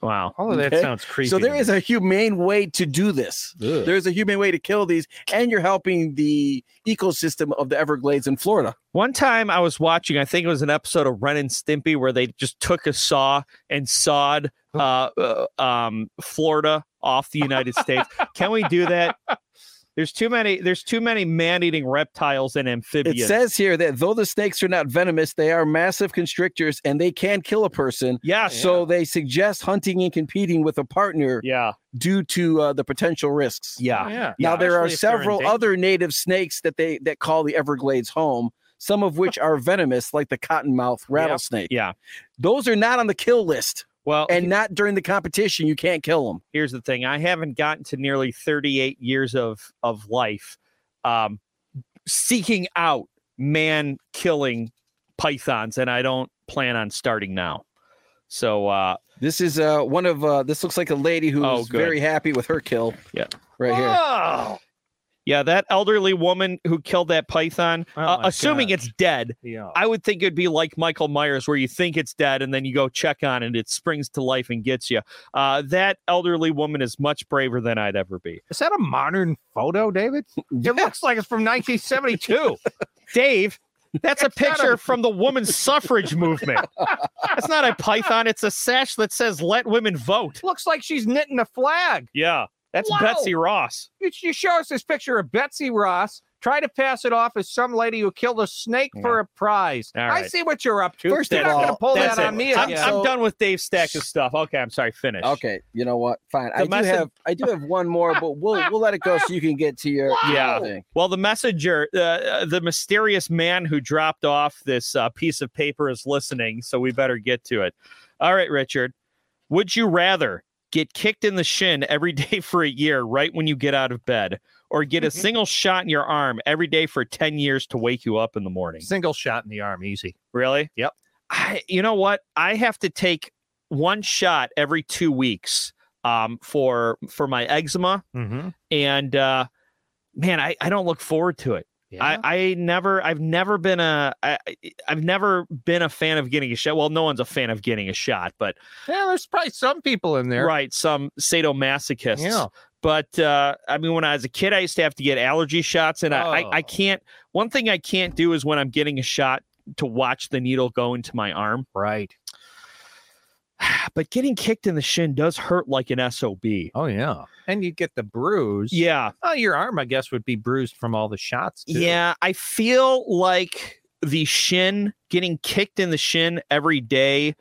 [SPEAKER 3] Wow.
[SPEAKER 4] All of that
[SPEAKER 5] Okay.
[SPEAKER 4] sounds creepy.
[SPEAKER 5] So there
[SPEAKER 4] to
[SPEAKER 5] is
[SPEAKER 4] me.
[SPEAKER 5] a humane way to do this.
[SPEAKER 4] Ugh.
[SPEAKER 5] There's a humane way to kill these, and you're helping the ecosystem of the Everglades in Florida.
[SPEAKER 3] One time I was watching, I think it was an episode of Ren and Stimpy where they just took a saw and sawed
[SPEAKER 4] Oh.
[SPEAKER 3] uh, uh, um, Florida off the United States. Can we do that? There's too many. There's too many man-eating reptiles and
[SPEAKER 5] It
[SPEAKER 3] amphibians.
[SPEAKER 5] says here that though the snakes are not venomous, they are massive constrictors and they can kill a person.
[SPEAKER 3] yes.
[SPEAKER 5] So they suggest hunting and competing with a partner
[SPEAKER 3] Yeah.
[SPEAKER 5] due to uh, the potential risks.
[SPEAKER 3] Oh, Yeah.
[SPEAKER 4] yeah.
[SPEAKER 5] Now there are
[SPEAKER 4] Especially if they're
[SPEAKER 5] several
[SPEAKER 4] endangered.
[SPEAKER 5] other native snakes that they that call the Everglades home. Some of which are venomous, like the cottonmouth rattlesnake.
[SPEAKER 3] yeah. Oh,
[SPEAKER 5] those are not on the kill list,
[SPEAKER 3] Well,
[SPEAKER 5] and not during the competition. You can't kill them.
[SPEAKER 3] here's the thing i haven't gotten to nearly 38 years of of life um seeking out man killing pythons and i don't plan on starting now so uh
[SPEAKER 5] This is uh one of uh this looks like a lady who's
[SPEAKER 3] Oh, good.
[SPEAKER 5] very happy with her kill.
[SPEAKER 3] Yeah.
[SPEAKER 5] Right here.
[SPEAKER 3] yeah that elderly woman who killed that python
[SPEAKER 4] Oh
[SPEAKER 3] uh,
[SPEAKER 4] my
[SPEAKER 3] assuming
[SPEAKER 4] gosh.
[SPEAKER 3] it's dead
[SPEAKER 4] Yeah.
[SPEAKER 3] i would think it'd be like michael myers where you think it's dead and then you go check on it it springs to life and gets you uh that elderly woman is much braver than i'd ever be
[SPEAKER 4] Is that a modern photo, David? It looks like it's from 1972.
[SPEAKER 3] Dave, that's a
[SPEAKER 4] It's not a-
[SPEAKER 3] picture from the woman's suffrage movement. That's not a python. It's a sash that says "Let women vote."
[SPEAKER 4] looks like she's knitting a flag.
[SPEAKER 3] Yeah, that's
[SPEAKER 4] Wow.
[SPEAKER 3] Betsy Ross.
[SPEAKER 4] You, you show us this picture of Betsy Ross trying to pass it off as some lady who killed a snake for a prize.
[SPEAKER 3] All
[SPEAKER 4] I
[SPEAKER 3] right.
[SPEAKER 4] see what you're up to.
[SPEAKER 5] First
[SPEAKER 4] you're
[SPEAKER 5] of
[SPEAKER 4] not
[SPEAKER 5] all,
[SPEAKER 4] gonna pull
[SPEAKER 3] That's
[SPEAKER 4] that
[SPEAKER 3] it.
[SPEAKER 4] on me
[SPEAKER 3] I'm,
[SPEAKER 4] again.
[SPEAKER 3] I'm
[SPEAKER 5] So-
[SPEAKER 3] done with Dave Stack's stuff. Okay, I'm sorry. Finish.
[SPEAKER 5] Okay, you know what? Fine. I
[SPEAKER 3] The
[SPEAKER 5] do
[SPEAKER 3] message-
[SPEAKER 5] have I do have one more, but we'll we'll let it go so you can get to your
[SPEAKER 3] Yeah.
[SPEAKER 5] thing.
[SPEAKER 3] Well, the messenger, uh, uh, the mysterious man who dropped off this uh, piece of paper is listening, so we better get to it. All right, Richard. Would you rather get kicked in the shin every day for a year right when you get out of bed, or get a single shot in your arm every day for 10 years to wake you up in the morning?
[SPEAKER 4] Single shot in the arm, easy.
[SPEAKER 3] Really?
[SPEAKER 4] Yep.
[SPEAKER 3] I, you know what? I have to take one shot every two weeks um, for for my eczema
[SPEAKER 4] Mm-hmm.
[SPEAKER 3] and uh man i i don't look forward to it i i never i've never been a I, I- i've never been a fan of getting a shot well no one's a fan of getting a shot but
[SPEAKER 4] yeah, there's probably some people in there.
[SPEAKER 3] right some sadomasochists
[SPEAKER 4] Yeah.
[SPEAKER 3] but uh i mean when i was a kid i used to have to get allergy shots and I, I i
[SPEAKER 4] Oh.
[SPEAKER 3] can't one thing i can't do is when i'm getting a shot to watch the needle go into my arm
[SPEAKER 4] Right.
[SPEAKER 3] but getting kicked in the shin does hurt like an sob
[SPEAKER 4] Oh yeah. And you get the bruise.
[SPEAKER 3] yeah
[SPEAKER 4] Oh, your arm, I guess, would be bruised from all the shots. too.
[SPEAKER 3] Yeah, I feel like the shin getting kicked in the shin every day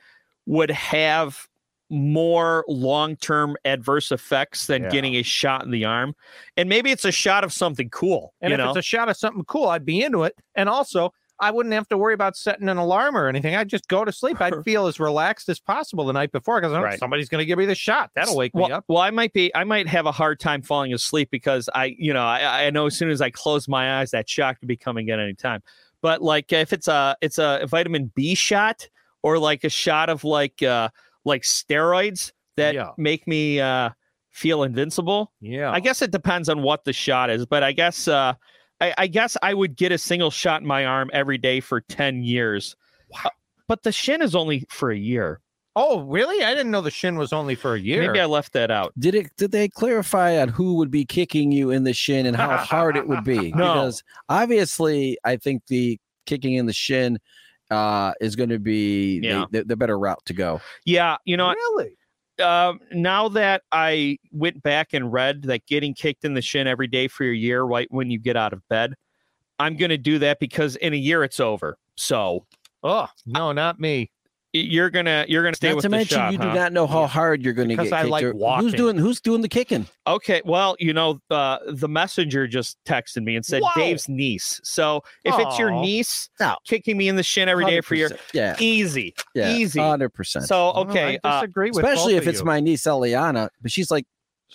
[SPEAKER 3] would have more long-term adverse effects than
[SPEAKER 4] Yeah.
[SPEAKER 3] getting a shot in the arm. And maybe it's a shot of something cool,
[SPEAKER 4] And
[SPEAKER 3] you
[SPEAKER 4] if
[SPEAKER 3] know.
[SPEAKER 4] it's a shot of something cool, I'd be into it. And also, I wouldn't have to worry about setting an alarm or anything. I'd just go to sleep. I'd feel as relaxed as possible the night before because
[SPEAKER 3] Right.
[SPEAKER 4] somebody's going to give me the shot. That'll wake
[SPEAKER 3] well,
[SPEAKER 4] me up.
[SPEAKER 3] Well, I might be I might have a hard time falling asleep because I, you know, I, I know as soon as I close my eyes that shock could be coming at any time. But like if it's a it's a vitamin B shot or like a shot of like uh like steroids that
[SPEAKER 4] Yeah.
[SPEAKER 3] make me uh feel invincible.
[SPEAKER 4] Yeah.
[SPEAKER 3] I guess it depends on what the shot is, but I guess uh I, I guess I would get a single shot in my arm every day for 10 years. Uh, But the shin is only for a year.
[SPEAKER 4] oh, really? I didn't know the shin was only for a year.
[SPEAKER 3] Maybe I left that out.
[SPEAKER 5] Did it did they clarify on who would be kicking you in the shin and how hard it would be?
[SPEAKER 3] No.
[SPEAKER 5] Because obviously I think the kicking in the shin uh is gonna be
[SPEAKER 3] Yeah.
[SPEAKER 5] the, the, the better route to go.
[SPEAKER 3] Yeah, you know,
[SPEAKER 4] really?
[SPEAKER 3] um, now that I went back and read that getting kicked in the shin every day for your year, right when you get out of bed, I'm going to do that because in a year it's over. So
[SPEAKER 4] Oh, no, not me.
[SPEAKER 3] y- you're gonna you're gonna stay
[SPEAKER 5] not
[SPEAKER 3] with
[SPEAKER 5] to
[SPEAKER 3] the
[SPEAKER 5] mention
[SPEAKER 3] shot,
[SPEAKER 5] you
[SPEAKER 3] huh?
[SPEAKER 5] do not know how hard you're gonna
[SPEAKER 4] Because
[SPEAKER 5] get
[SPEAKER 4] I
[SPEAKER 5] kicked
[SPEAKER 4] like
[SPEAKER 5] or-
[SPEAKER 4] walking.
[SPEAKER 5] Who's doing who's doing the kicking?
[SPEAKER 3] Okay, well, you know, uh, the messenger just texted me and said
[SPEAKER 4] Wow.
[SPEAKER 3] Dave's niece. So if it's your
[SPEAKER 4] Aw.
[SPEAKER 3] niece
[SPEAKER 5] No.
[SPEAKER 3] kicking me in the shin every day for your
[SPEAKER 5] 100%. Yeah.
[SPEAKER 3] easy,
[SPEAKER 5] Yeah.
[SPEAKER 3] easy.
[SPEAKER 5] Hundred percent.
[SPEAKER 3] So
[SPEAKER 4] Well,
[SPEAKER 3] okay, uh,
[SPEAKER 4] I disagree with
[SPEAKER 5] especially
[SPEAKER 4] both
[SPEAKER 5] if
[SPEAKER 4] of
[SPEAKER 5] it's
[SPEAKER 4] you.
[SPEAKER 5] my niece Eliana, but she's like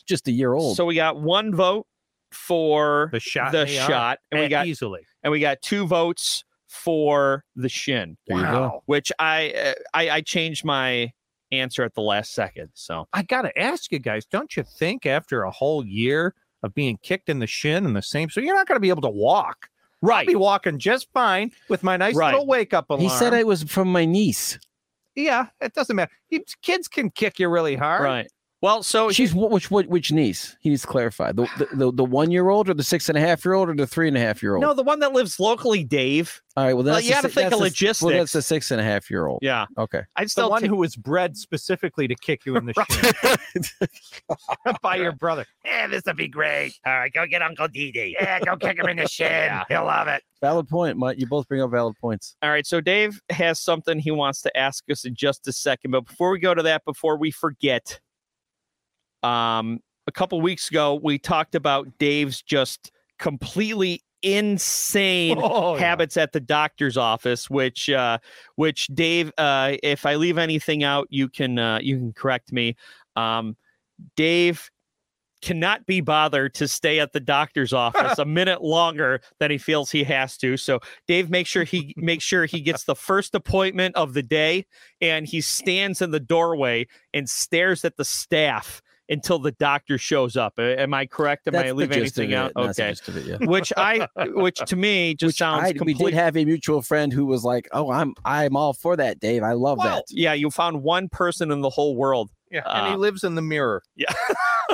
[SPEAKER 5] just a year old.
[SPEAKER 3] so we got one vote for
[SPEAKER 4] the shot.
[SPEAKER 3] the
[SPEAKER 4] in arm.
[SPEAKER 3] shot, and we
[SPEAKER 4] Eh,
[SPEAKER 3] got
[SPEAKER 4] easily.
[SPEAKER 3] and we got two votes for the shin.
[SPEAKER 5] There you go.
[SPEAKER 3] which I, uh, I I changed my answer at the last second. So
[SPEAKER 4] I got to ask you guys, don't you think after a whole year of being kicked in the shin and the same, so you're not going to be able to walk? I'll
[SPEAKER 3] right,
[SPEAKER 4] be walking just fine with my nice
[SPEAKER 3] Right.
[SPEAKER 4] little wake up alarm.
[SPEAKER 5] he said it was from my niece.
[SPEAKER 4] yeah, it doesn't matter. You- Kids can kick you really hard.
[SPEAKER 3] Right. Well, so
[SPEAKER 5] She's wh- which which which niece? He needs to clarify the the, the, the one year old or the six and a half year old or the three and a half year old.
[SPEAKER 3] no, the one that lives locally, Dave.
[SPEAKER 5] All right. Well,
[SPEAKER 3] Well,
[SPEAKER 5] that's
[SPEAKER 3] you
[SPEAKER 5] the
[SPEAKER 3] gotta
[SPEAKER 5] si-
[SPEAKER 3] think
[SPEAKER 5] that's
[SPEAKER 3] of
[SPEAKER 5] the s- Well, that's
[SPEAKER 3] logistics.
[SPEAKER 5] the six and a half year old.
[SPEAKER 3] Yeah,
[SPEAKER 5] Okay.
[SPEAKER 3] I'd
[SPEAKER 4] The
[SPEAKER 3] still
[SPEAKER 4] one
[SPEAKER 3] take-
[SPEAKER 4] who was bred specifically to kick you in the shin by your brother.
[SPEAKER 1] Yeah, Eh, this will be great. All right, go get Uncle Dee Dee. Yeah, go kick him in the shin. He'll love it.
[SPEAKER 5] Valid point, Mike. You both bring up valid points.
[SPEAKER 3] All right, so Dave has something he wants to ask us in just a second, but before we go to that, before we forget, um, a couple weeks ago we talked about Dave's just completely insane
[SPEAKER 4] Oh, yeah.
[SPEAKER 3] habits at the doctor's office, which uh, which Dave, uh, if I leave anything out, you can uh, you can correct me. Um, Dave cannot be bothered to stay at the doctor's office a minute longer than he feels he has to. So Dave makes sure he makes sure he gets the first appointment of the day, and he stands in the doorway and stares at the staff until the doctor shows up. A- Am I correct? Am
[SPEAKER 5] That's
[SPEAKER 3] I
[SPEAKER 5] the
[SPEAKER 3] leaving
[SPEAKER 5] gist of
[SPEAKER 3] anything
[SPEAKER 5] it.
[SPEAKER 3] out?
[SPEAKER 5] That's the
[SPEAKER 3] Okay
[SPEAKER 5] gist of it, yeah.
[SPEAKER 3] which I, which to me just
[SPEAKER 5] Which
[SPEAKER 3] sounds
[SPEAKER 5] I- we
[SPEAKER 3] complete.
[SPEAKER 5] did have a mutual friend who was like, "Oh, I'm I'm all for that, Dave. I love
[SPEAKER 4] Well,
[SPEAKER 5] that."
[SPEAKER 3] yeah, you found one person in the whole world.
[SPEAKER 4] Yeah, and he
[SPEAKER 3] Uh,
[SPEAKER 4] lives in the mirror.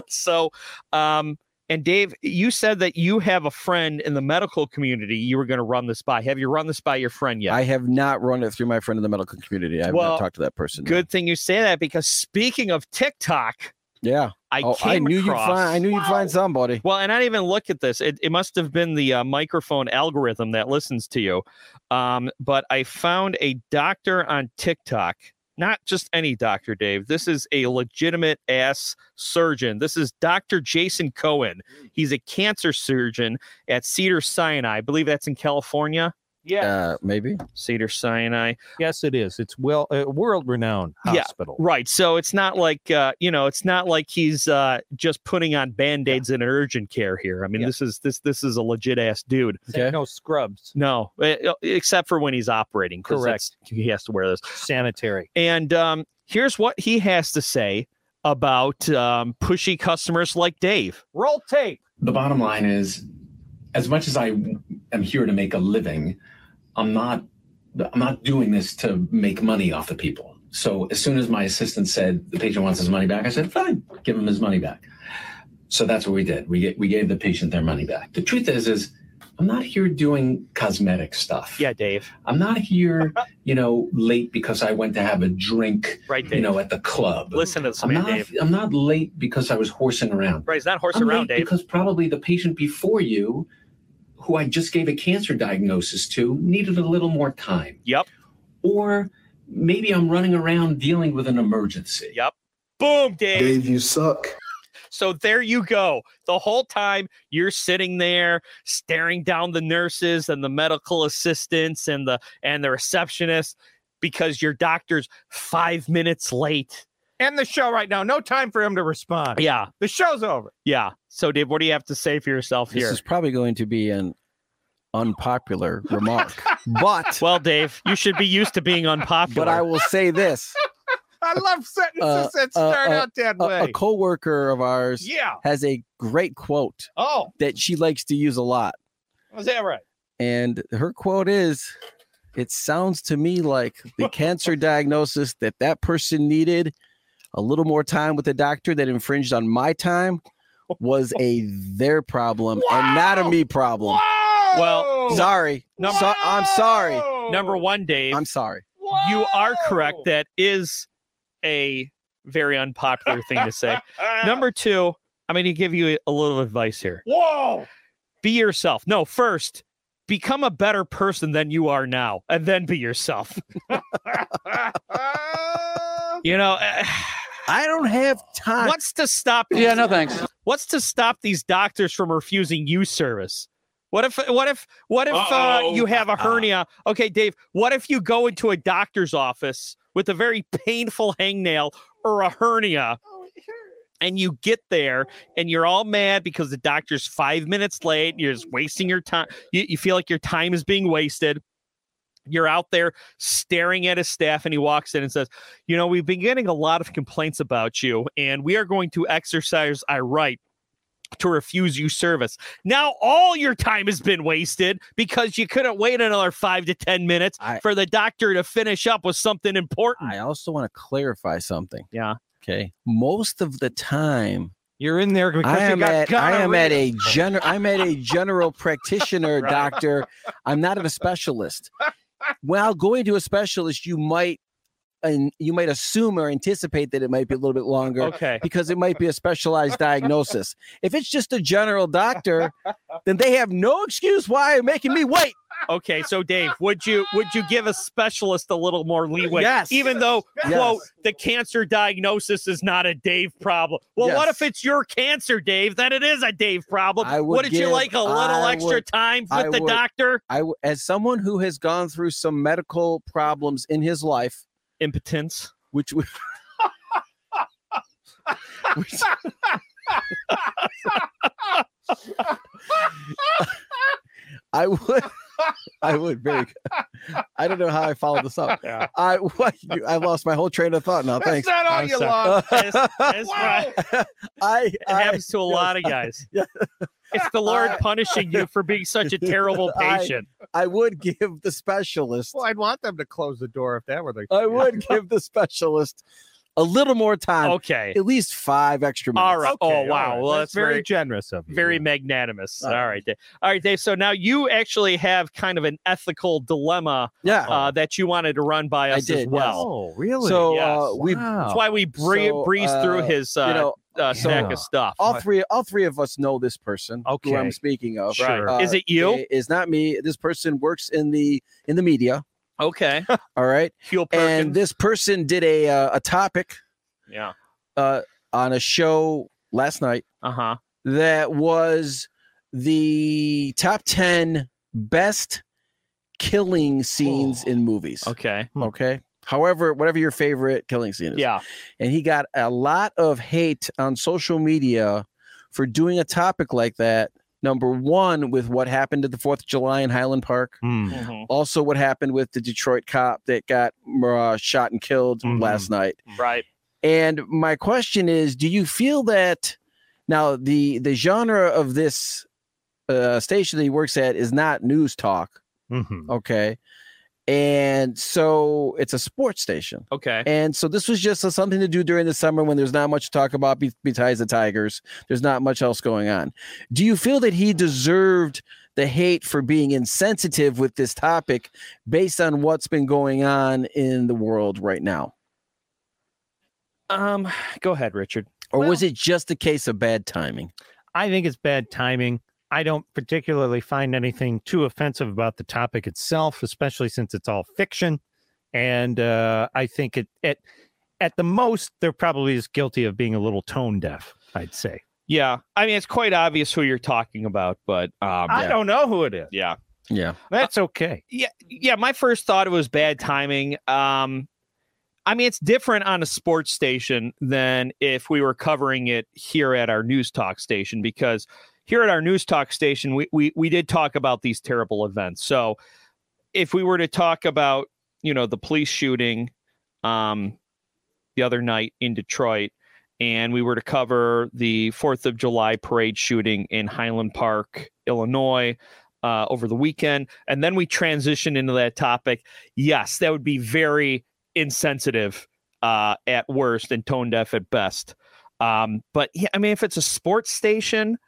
[SPEAKER 3] So, um, and Dave, you said that you have a friend in the medical community. You were going to run this by. Have you run this by your friend yet?
[SPEAKER 5] I have not run it through my friend in the medical community. I've
[SPEAKER 3] Well,
[SPEAKER 5] not talked to that person.
[SPEAKER 3] Good thing you say that because speaking of TikTok,
[SPEAKER 5] Yeah.
[SPEAKER 3] I
[SPEAKER 5] oh, I
[SPEAKER 3] came
[SPEAKER 5] knew
[SPEAKER 3] across.
[SPEAKER 5] you'd find. I knew you'd find somebody.
[SPEAKER 3] Well, and I didn't even look at this. It, it must have been the uh, microphone algorithm that listens to you. Um, but I found a doctor on TikTok, not just any doctor, Dave. This is a legitimate ass surgeon. This is Dr. Jason Cohen.
[SPEAKER 4] Mm.
[SPEAKER 3] He's a cancer surgeon at Cedar Sinai. I believe that's in California.
[SPEAKER 4] Yeah.
[SPEAKER 5] Uh, maybe.
[SPEAKER 3] Cedar Sinai.
[SPEAKER 4] yes, it is. It's well uh, world renowned
[SPEAKER 3] Yeah.
[SPEAKER 4] hospital.
[SPEAKER 3] Right. So it's not like uh, you know, it's not like he's uh, just putting on band-aids in urgent care here. I mean,
[SPEAKER 4] Yeah.
[SPEAKER 3] this is this this is a legit ass dude.
[SPEAKER 5] Okay.
[SPEAKER 4] No scrubs.
[SPEAKER 3] No, e- e- except for when he's operating. 'cause
[SPEAKER 4] Correct.
[SPEAKER 3] that's- He has to wear this.
[SPEAKER 4] Sanitary.
[SPEAKER 3] And um, here's what he has to say about um, pushy customers like Dave.
[SPEAKER 4] Roll tape.
[SPEAKER 2] the bottom line is as much as i am here to make a living i'm not i'm not doing this to make money off the people so as soon as my assistant said the patient wants his money back i said fine give him his money back so that's what we did we, ga- we gave the patient their money back the truth is is i'm not here doing cosmetic stuff
[SPEAKER 3] Yeah, Dave.
[SPEAKER 2] i'm not here you know late because i went to have a drink
[SPEAKER 3] Right, Dave.
[SPEAKER 2] you know at the club
[SPEAKER 3] Listen to this
[SPEAKER 2] i'm
[SPEAKER 3] man,
[SPEAKER 2] not
[SPEAKER 3] Dave.
[SPEAKER 2] i'm not late because i was horsing around
[SPEAKER 3] Right, he's not horse
[SPEAKER 2] I'm
[SPEAKER 3] around,
[SPEAKER 2] late
[SPEAKER 3] Dave.
[SPEAKER 2] Because probably the patient before you, who I just gave a cancer diagnosis to, needed a little more time.
[SPEAKER 3] Yep.
[SPEAKER 2] Or maybe I'm running around dealing with an emergency.
[SPEAKER 3] Yep. Boom, Dave.
[SPEAKER 6] Dave, you suck.
[SPEAKER 3] So there you go. The whole time you're sitting there staring down the nurses and the medical assistants and the and the receptionist because your doctor's five minutes late.
[SPEAKER 4] End the show right now. No time for him to respond.
[SPEAKER 3] Yeah,
[SPEAKER 4] The show's over.
[SPEAKER 3] yeah. So Dave, what do you have to say for yourself here?
[SPEAKER 5] This is probably going to be an unpopular remark, but
[SPEAKER 3] Well, Dave, you should be used to being unpopular.
[SPEAKER 5] but I will say this:
[SPEAKER 4] I love sentences that
[SPEAKER 5] uh,
[SPEAKER 4] start
[SPEAKER 5] uh,
[SPEAKER 4] out that
[SPEAKER 5] a,
[SPEAKER 4] way.
[SPEAKER 5] a coworker of ours
[SPEAKER 4] yeah.
[SPEAKER 5] has a great quote
[SPEAKER 4] Oh,
[SPEAKER 5] that she likes to use a lot,
[SPEAKER 4] was that right?
[SPEAKER 5] and her quote is. It sounds to me like the cancer diagnosis that that person needed a little more time with the doctor that infringed on my time was a their problem and not a me problem.
[SPEAKER 3] Well,
[SPEAKER 5] Sorry.
[SPEAKER 3] Number-
[SPEAKER 5] So- I'm sorry.
[SPEAKER 3] number one, Dave,
[SPEAKER 5] I'm sorry.
[SPEAKER 3] you are correct. That is a very unpopular thing to say.
[SPEAKER 4] Ah,
[SPEAKER 3] number two, I'm going to give you a little advice here.
[SPEAKER 4] Whoa.
[SPEAKER 3] Be yourself. No, first, become a better person than you are now, and then be yourself. You know, eh,
[SPEAKER 5] I don't have time.
[SPEAKER 3] what's to stop? Yeah, no thanks. What's to stop these doctors from refusing you service? What if what if what if uh, you have a hernia? Okay, Dave, what if you go into a doctor's office with a very painful hangnail or a hernia? And you get there and you're all mad because the doctor's five minutes late. You're just wasting your time. You, you feel like your time is being wasted. You're out there staring at his staff, and he walks in and says, You know, we've been getting a lot of complaints about you, and we are going to exercise our right to refuse you service. Now all your time has been wasted because you couldn't wait another five to 10 minutes
[SPEAKER 5] I-
[SPEAKER 3] for the doctor to finish up with something important.
[SPEAKER 5] I also want to clarify something.
[SPEAKER 3] Yeah.
[SPEAKER 5] Okay. Most of the time,
[SPEAKER 4] You're in there because
[SPEAKER 5] I
[SPEAKER 4] you
[SPEAKER 5] am
[SPEAKER 4] got
[SPEAKER 5] at I am at
[SPEAKER 4] gonorrhea.
[SPEAKER 5] a general I'm at a general practitioner doctor. I'm not at a specialist. While going to a specialist, you might and you might assume or anticipate that it might be a little bit longer
[SPEAKER 3] Okay.
[SPEAKER 5] because it might be a specialized diagnosis. If it's just a general doctor, then they have no excuse why you're making me wait.
[SPEAKER 3] Okay. So Dave, would you would you give a specialist a little more leeway?
[SPEAKER 5] Yes.
[SPEAKER 3] Even though
[SPEAKER 5] Yes.
[SPEAKER 3] quote the cancer diagnosis is not a Dave problem. Well, what
[SPEAKER 5] Yes.
[SPEAKER 3] if it's your cancer, Dave? Then it is a Dave problem.
[SPEAKER 5] I would
[SPEAKER 3] Wouldn't you
[SPEAKER 5] give-
[SPEAKER 3] like a little
[SPEAKER 5] I
[SPEAKER 3] extra
[SPEAKER 5] would-
[SPEAKER 3] time with
[SPEAKER 5] I
[SPEAKER 3] the
[SPEAKER 5] would-
[SPEAKER 3] doctor?
[SPEAKER 5] I w- as someone who has gone through some medical problems in his life,
[SPEAKER 3] Impotence.
[SPEAKER 5] which we- which- I would I would very I don't know how I followed this up.
[SPEAKER 3] Yeah.
[SPEAKER 5] I what you- I lost my whole train of thought now.
[SPEAKER 6] That's
[SPEAKER 5] Thanks.
[SPEAKER 6] not all
[SPEAKER 3] I'm
[SPEAKER 6] you
[SPEAKER 3] sorry.
[SPEAKER 6] lost.
[SPEAKER 3] That's- that's right.
[SPEAKER 6] Wow.
[SPEAKER 5] I,
[SPEAKER 3] It
[SPEAKER 5] I
[SPEAKER 3] happens to a lot of guys.
[SPEAKER 5] Yeah.
[SPEAKER 3] It's the Lord
[SPEAKER 5] I-
[SPEAKER 3] punishing you for being such a terrible
[SPEAKER 5] I-
[SPEAKER 3] patient.
[SPEAKER 5] I would give the specialist
[SPEAKER 6] Well, I'd want them to close the door if that were the.
[SPEAKER 4] Oh,
[SPEAKER 5] I would give the specialist a little more time,
[SPEAKER 3] okay.
[SPEAKER 5] at least five extra minutes.
[SPEAKER 3] All right. oh
[SPEAKER 6] all
[SPEAKER 3] wow.
[SPEAKER 6] right.
[SPEAKER 3] Well, that's, very
[SPEAKER 6] generous of you.
[SPEAKER 3] very
[SPEAKER 6] Yeah.
[SPEAKER 3] magnanimous.
[SPEAKER 5] All
[SPEAKER 3] All right. Dave. All right, Dave. So now you actually have kind of an ethical dilemma
[SPEAKER 5] Yeah.
[SPEAKER 3] uh, that you wanted to run by
[SPEAKER 5] I
[SPEAKER 3] us as
[SPEAKER 5] did,
[SPEAKER 3] well.
[SPEAKER 6] Oh, really?
[SPEAKER 5] so uh,
[SPEAKER 3] yes.
[SPEAKER 5] we,
[SPEAKER 3] That's why we bree-
[SPEAKER 5] So,
[SPEAKER 3] breeze through
[SPEAKER 5] uh,
[SPEAKER 3] his uh,
[SPEAKER 5] you know,
[SPEAKER 3] uh, stack
[SPEAKER 6] yeah.
[SPEAKER 3] of stuff.
[SPEAKER 5] all three, all three of us know this person who
[SPEAKER 6] Okay.
[SPEAKER 5] I'm speaking of.
[SPEAKER 6] Sure.
[SPEAKER 3] Right. Is it you?
[SPEAKER 5] It is not me. This person works in the in the media.
[SPEAKER 3] Okay.
[SPEAKER 5] All right,
[SPEAKER 3] Huel Perkins.
[SPEAKER 5] Uh, and this person did a uh, a topic
[SPEAKER 3] yeah.
[SPEAKER 5] uh, on a show last night
[SPEAKER 3] Uh huh.
[SPEAKER 5] that was the top ten best killing scenes
[SPEAKER 3] Oh,
[SPEAKER 5] in movies.
[SPEAKER 3] Okay.
[SPEAKER 5] Okay. However, whatever your favorite killing scene is.
[SPEAKER 3] Yeah.
[SPEAKER 5] And he got a lot of hate on social media for doing a topic like that. Number one, with what happened at the 4th of July in Highland Park.
[SPEAKER 3] Mhm.
[SPEAKER 5] Also, what happened with the Detroit cop that got uh, shot and killed
[SPEAKER 6] Mhm.
[SPEAKER 5] last night.
[SPEAKER 3] Right.
[SPEAKER 5] And my question is, do you feel that now the the genre of this uh, station that he works at is not news talk,
[SPEAKER 4] Hmm.
[SPEAKER 6] Mhm.
[SPEAKER 5] okay? And so it's a sports station.
[SPEAKER 3] Okay.
[SPEAKER 5] And so this was just a- something to do during the summer when there's not much to talk about be- besides the Tigers. There's not much else going on. Do you feel that he deserved the hate for being insensitive with this topic based on what's been going on in the world right now?
[SPEAKER 3] Um. Go ahead, Richard.
[SPEAKER 5] Or was it just a case of bad timing?
[SPEAKER 4] I think it's bad timing. I don't particularly find anything too offensive about the topic itself, especially since it's all fiction. And uh, I think it, it, at the most, they're probably as guilty of being a little tone deaf, I'd say.
[SPEAKER 3] Yeah. I mean, it's quite obvious who you're talking about, but um.
[SPEAKER 4] I
[SPEAKER 5] Yeah.
[SPEAKER 4] don't know who it is.
[SPEAKER 3] yeah.
[SPEAKER 5] Yeah.
[SPEAKER 4] That's okay.
[SPEAKER 3] yeah yeah my first thought it was bad timing um i mean it's different on a sports station than if we were covering it here at our news talk station because here at our news talk station we we, we did talk about these terrible events so if we were to talk about you know the police shooting um the other night in detroit and we were to cover the fourth of july parade shooting in highland park illinois uh, over the weekend and then we transition into that topic, yes, that would be very insensitive uh, at worst and tone deaf at best. Um, but yeah, I mean, if it's a sports station,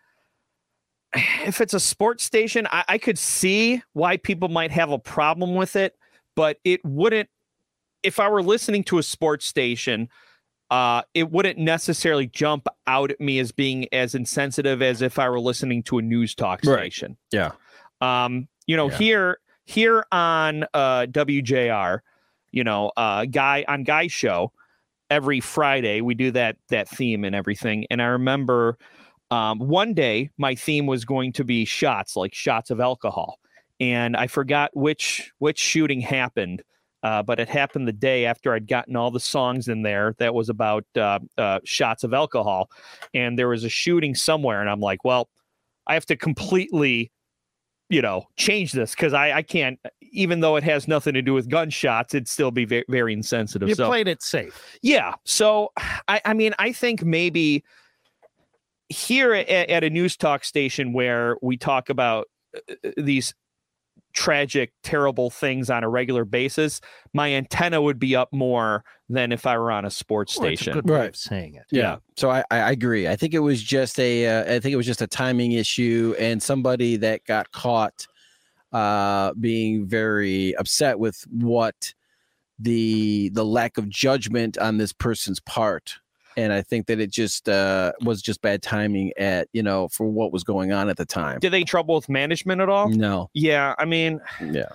[SPEAKER 3] if it's a sports station, I, I could see why people might have a problem with it, but it wouldn't. If I were listening to a sports station, uh, it wouldn't necessarily jump out at me as being as insensitive as if I were listening to a news talk
[SPEAKER 5] Right.
[SPEAKER 3] station.
[SPEAKER 5] Yeah.
[SPEAKER 3] Um, you know,
[SPEAKER 5] Yeah.
[SPEAKER 3] here here on uh WJR, you know, uh guy on guy show every Friday we do that that theme and everything. And I remember um one day my theme was going to be shots, like shots of alcohol. And I forgot which which shooting happened. Uh, but it happened the day after I'd gotten all the songs in there that was about uh, uh, shots of alcohol, and there was a shooting somewhere, and I'm like, well, I have to completely you know, change this because I, I can't, even though it has nothing to do with gunshots, it'd still be very, very insensitive.
[SPEAKER 4] You
[SPEAKER 3] so,
[SPEAKER 4] played it safe.
[SPEAKER 3] yeah. So, I, I mean, I think maybe here at, at a news talk station where we talk about uh, these tragic, terrible things on a regular basis, my antenna would be up more than if I were on a sports
[SPEAKER 4] Well, it's Oh, a
[SPEAKER 3] station.
[SPEAKER 4] good way
[SPEAKER 5] Right.
[SPEAKER 4] of saying it.
[SPEAKER 5] Yeah. So I, I I agree. I think it was just a uh, I think it was just a timing issue and somebody that got caught uh being very upset with what the the lack of judgment on this person's part. And I think that it just uh was just bad timing at, you know, for what was going on at the time.
[SPEAKER 3] Did they have trouble with management at all?
[SPEAKER 5] No.
[SPEAKER 3] Yeah, I mean,
[SPEAKER 5] Yeah.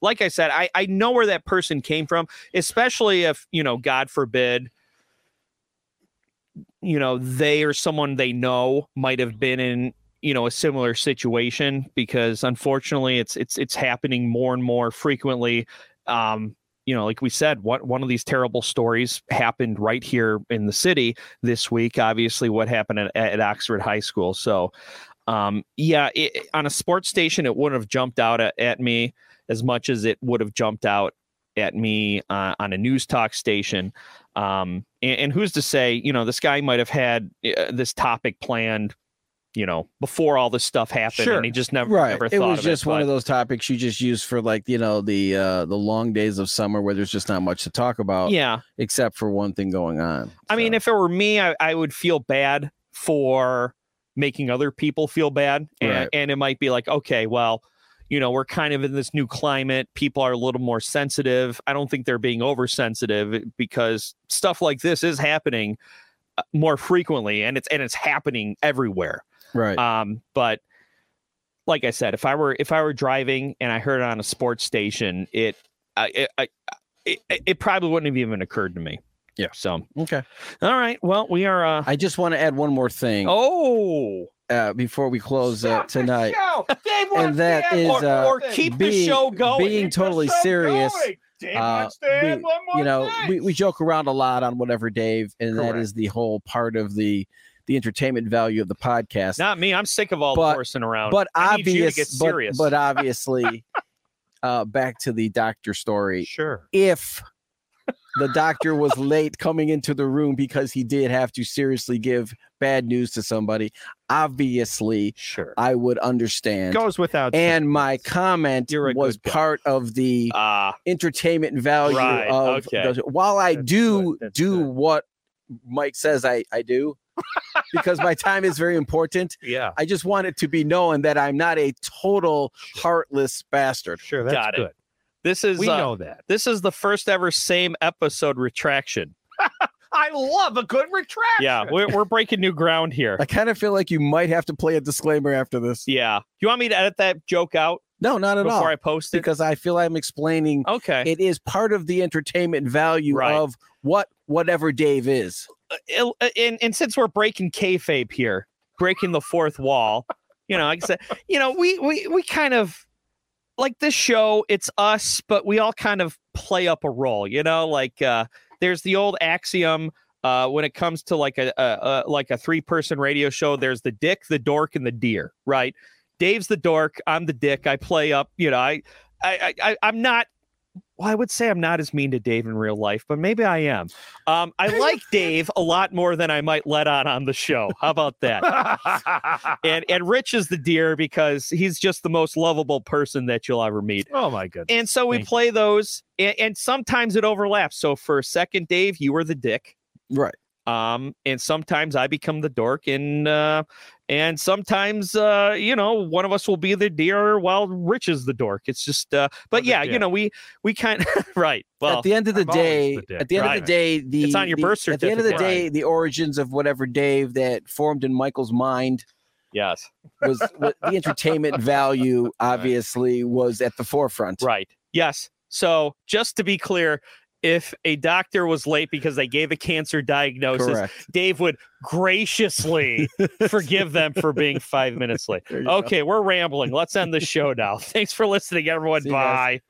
[SPEAKER 3] like I said, I, I know where that person came from, especially if, you know, God forbid, you know, they or someone they know might have been in, you know, a similar situation because unfortunately it's it's it's happening more and more frequently. Um, you know, like we said, what one of these terrible stories happened right here in the city this week. Obviously, what happened at, at Oxford High School. So, um, yeah, it, on a sports station, it wouldn't have jumped out at, at me as much as it would have jumped out at me uh, on a news talk station. Um, and, and who's to say, you know, this guy might have had uh, this topic planned, you know, before all this stuff happened,
[SPEAKER 4] Sure.
[SPEAKER 3] and he just never,
[SPEAKER 5] Right.
[SPEAKER 3] never
[SPEAKER 5] It
[SPEAKER 3] thought
[SPEAKER 5] was
[SPEAKER 3] of
[SPEAKER 5] just
[SPEAKER 3] it.
[SPEAKER 5] one
[SPEAKER 3] but-
[SPEAKER 5] of those topics you just use for like, you know, the uh the long days of summer where there's just not much to talk about
[SPEAKER 3] yeah.
[SPEAKER 5] except for one thing going on.
[SPEAKER 3] I mean,
[SPEAKER 5] So-
[SPEAKER 3] if it were me, I, I would feel bad for making other people feel bad. And,
[SPEAKER 5] Right.
[SPEAKER 3] and it might be like, okay, well, you know, we're kind of in this new climate. People are a little more sensitive. I don't think they're being oversensitive eh, because stuff like this is happening uh, more frequently and it's and it's happening everywhere.
[SPEAKER 5] right.
[SPEAKER 3] Um, but like I said, if I were if I were driving and I heard it on a sports station, it I, it, I, it it probably wouldn't have even occurred to me.
[SPEAKER 5] Yeah.
[SPEAKER 3] So
[SPEAKER 5] okay.
[SPEAKER 3] all right. Well, we are. Uh,
[SPEAKER 5] I just want to add one more thing
[SPEAKER 3] oh,
[SPEAKER 5] uh, before we close uh, tonight.
[SPEAKER 3] wants
[SPEAKER 5] And that is
[SPEAKER 3] or,
[SPEAKER 5] uh,
[SPEAKER 3] or keep the
[SPEAKER 5] being-
[SPEAKER 3] show going.
[SPEAKER 5] being totally serious. uh, we- you know, we, we joke around a lot on whatever Dave, and that is the whole part of the the entertainment value of the podcast.
[SPEAKER 3] Not me. I'm sick of all
[SPEAKER 5] But-
[SPEAKER 3] the horsing around.
[SPEAKER 5] but
[SPEAKER 3] I need you to
[SPEAKER 5] obvious,
[SPEAKER 3] get
[SPEAKER 5] but,
[SPEAKER 3] serious.
[SPEAKER 5] but obviously, uh, back to the doctor story.
[SPEAKER 4] Sure.
[SPEAKER 5] if the doctor was late coming into the room because he did have to seriously give bad news to somebody, obviously
[SPEAKER 4] Sure.
[SPEAKER 5] I would understand.
[SPEAKER 4] Goes without. saying.
[SPEAKER 5] and my comment
[SPEAKER 3] You're a
[SPEAKER 5] was
[SPEAKER 3] good guy.
[SPEAKER 5] part of the
[SPEAKER 3] Ah,
[SPEAKER 5] entertainment value
[SPEAKER 3] Right,
[SPEAKER 5] of
[SPEAKER 3] okay.
[SPEAKER 5] the- while I
[SPEAKER 4] That's
[SPEAKER 5] do
[SPEAKER 4] good, that's
[SPEAKER 5] do
[SPEAKER 4] good.
[SPEAKER 5] what Mike says I, I do because my time is very important.
[SPEAKER 4] yeah.
[SPEAKER 5] I just want it to be known that I'm not a total heartless bastard.
[SPEAKER 4] Sure. That's
[SPEAKER 3] Got it.
[SPEAKER 4] good.
[SPEAKER 3] this is
[SPEAKER 4] We
[SPEAKER 3] uh,
[SPEAKER 4] know that.
[SPEAKER 3] this is the first ever same episode retraction.
[SPEAKER 4] I love a good retraction.
[SPEAKER 3] Yeah, we're, we're breaking new ground here.
[SPEAKER 5] I kind of feel like you might have to play a disclaimer after this.
[SPEAKER 3] Yeah, you want me to edit that joke out
[SPEAKER 5] No, not at
[SPEAKER 3] before
[SPEAKER 5] all.
[SPEAKER 3] I post it?
[SPEAKER 5] because I feel I'm explaining.
[SPEAKER 3] Okay.
[SPEAKER 5] It is part of the entertainment value
[SPEAKER 3] Right.
[SPEAKER 5] of what whatever Dave is.
[SPEAKER 3] Uh, il- and, and since we're breaking kayfabe here, breaking the fourth wall, you know, like I said, you know, we we we kind of like this show. It's us, but we all kind of play up a role. You know, like uh, there's the old axiom uh, when it comes to like a, a, a like a three person radio show. There's the dick, the dork, and the deer. Right? Dave's the dork. I'm the dick. I play up. You know, I I, I- I I'm not. Well, I would say I'm not as mean to Dave in real life, but maybe I am. Um, I like Dave a lot more than I might let on on the show. How about that? And and Rich is the deer because he's just the most lovable person that you'll ever meet.
[SPEAKER 4] oh my goodness.
[SPEAKER 3] And so we
[SPEAKER 4] Thank you.
[SPEAKER 3] play those, and, and sometimes it overlaps. So for a second, Dave, you were the dick,
[SPEAKER 5] Right.
[SPEAKER 3] um, and sometimes I become the dork, and uh, and sometimes uh, you know one of us will be the deer while Rich is the dork. It's just, uh, but
[SPEAKER 4] the
[SPEAKER 3] yeah, you
[SPEAKER 4] dick.
[SPEAKER 3] know we we kind of right. Well,
[SPEAKER 5] at the end of the
[SPEAKER 4] I'm always
[SPEAKER 5] day,
[SPEAKER 4] the dick,
[SPEAKER 5] at the end of
[SPEAKER 3] right.
[SPEAKER 5] the day, the
[SPEAKER 3] It's on your
[SPEAKER 5] the-
[SPEAKER 3] birth
[SPEAKER 5] At the end of the
[SPEAKER 3] certificate.
[SPEAKER 5] day, the origins of whatever Dave that formed in Michael's mind
[SPEAKER 3] yes,
[SPEAKER 5] was what the entertainment value obviously was at the forefront.
[SPEAKER 3] Right. Yes. So just to be clear, if a doctor was late because they gave a cancer diagnosis,
[SPEAKER 5] Correct.
[SPEAKER 3] Dave would graciously forgive them for being five minutes late.
[SPEAKER 5] There you go.
[SPEAKER 3] Okay, we're rambling. Let's end the show now. Thanks for listening, everyone.
[SPEAKER 5] See you guys.
[SPEAKER 3] Bye.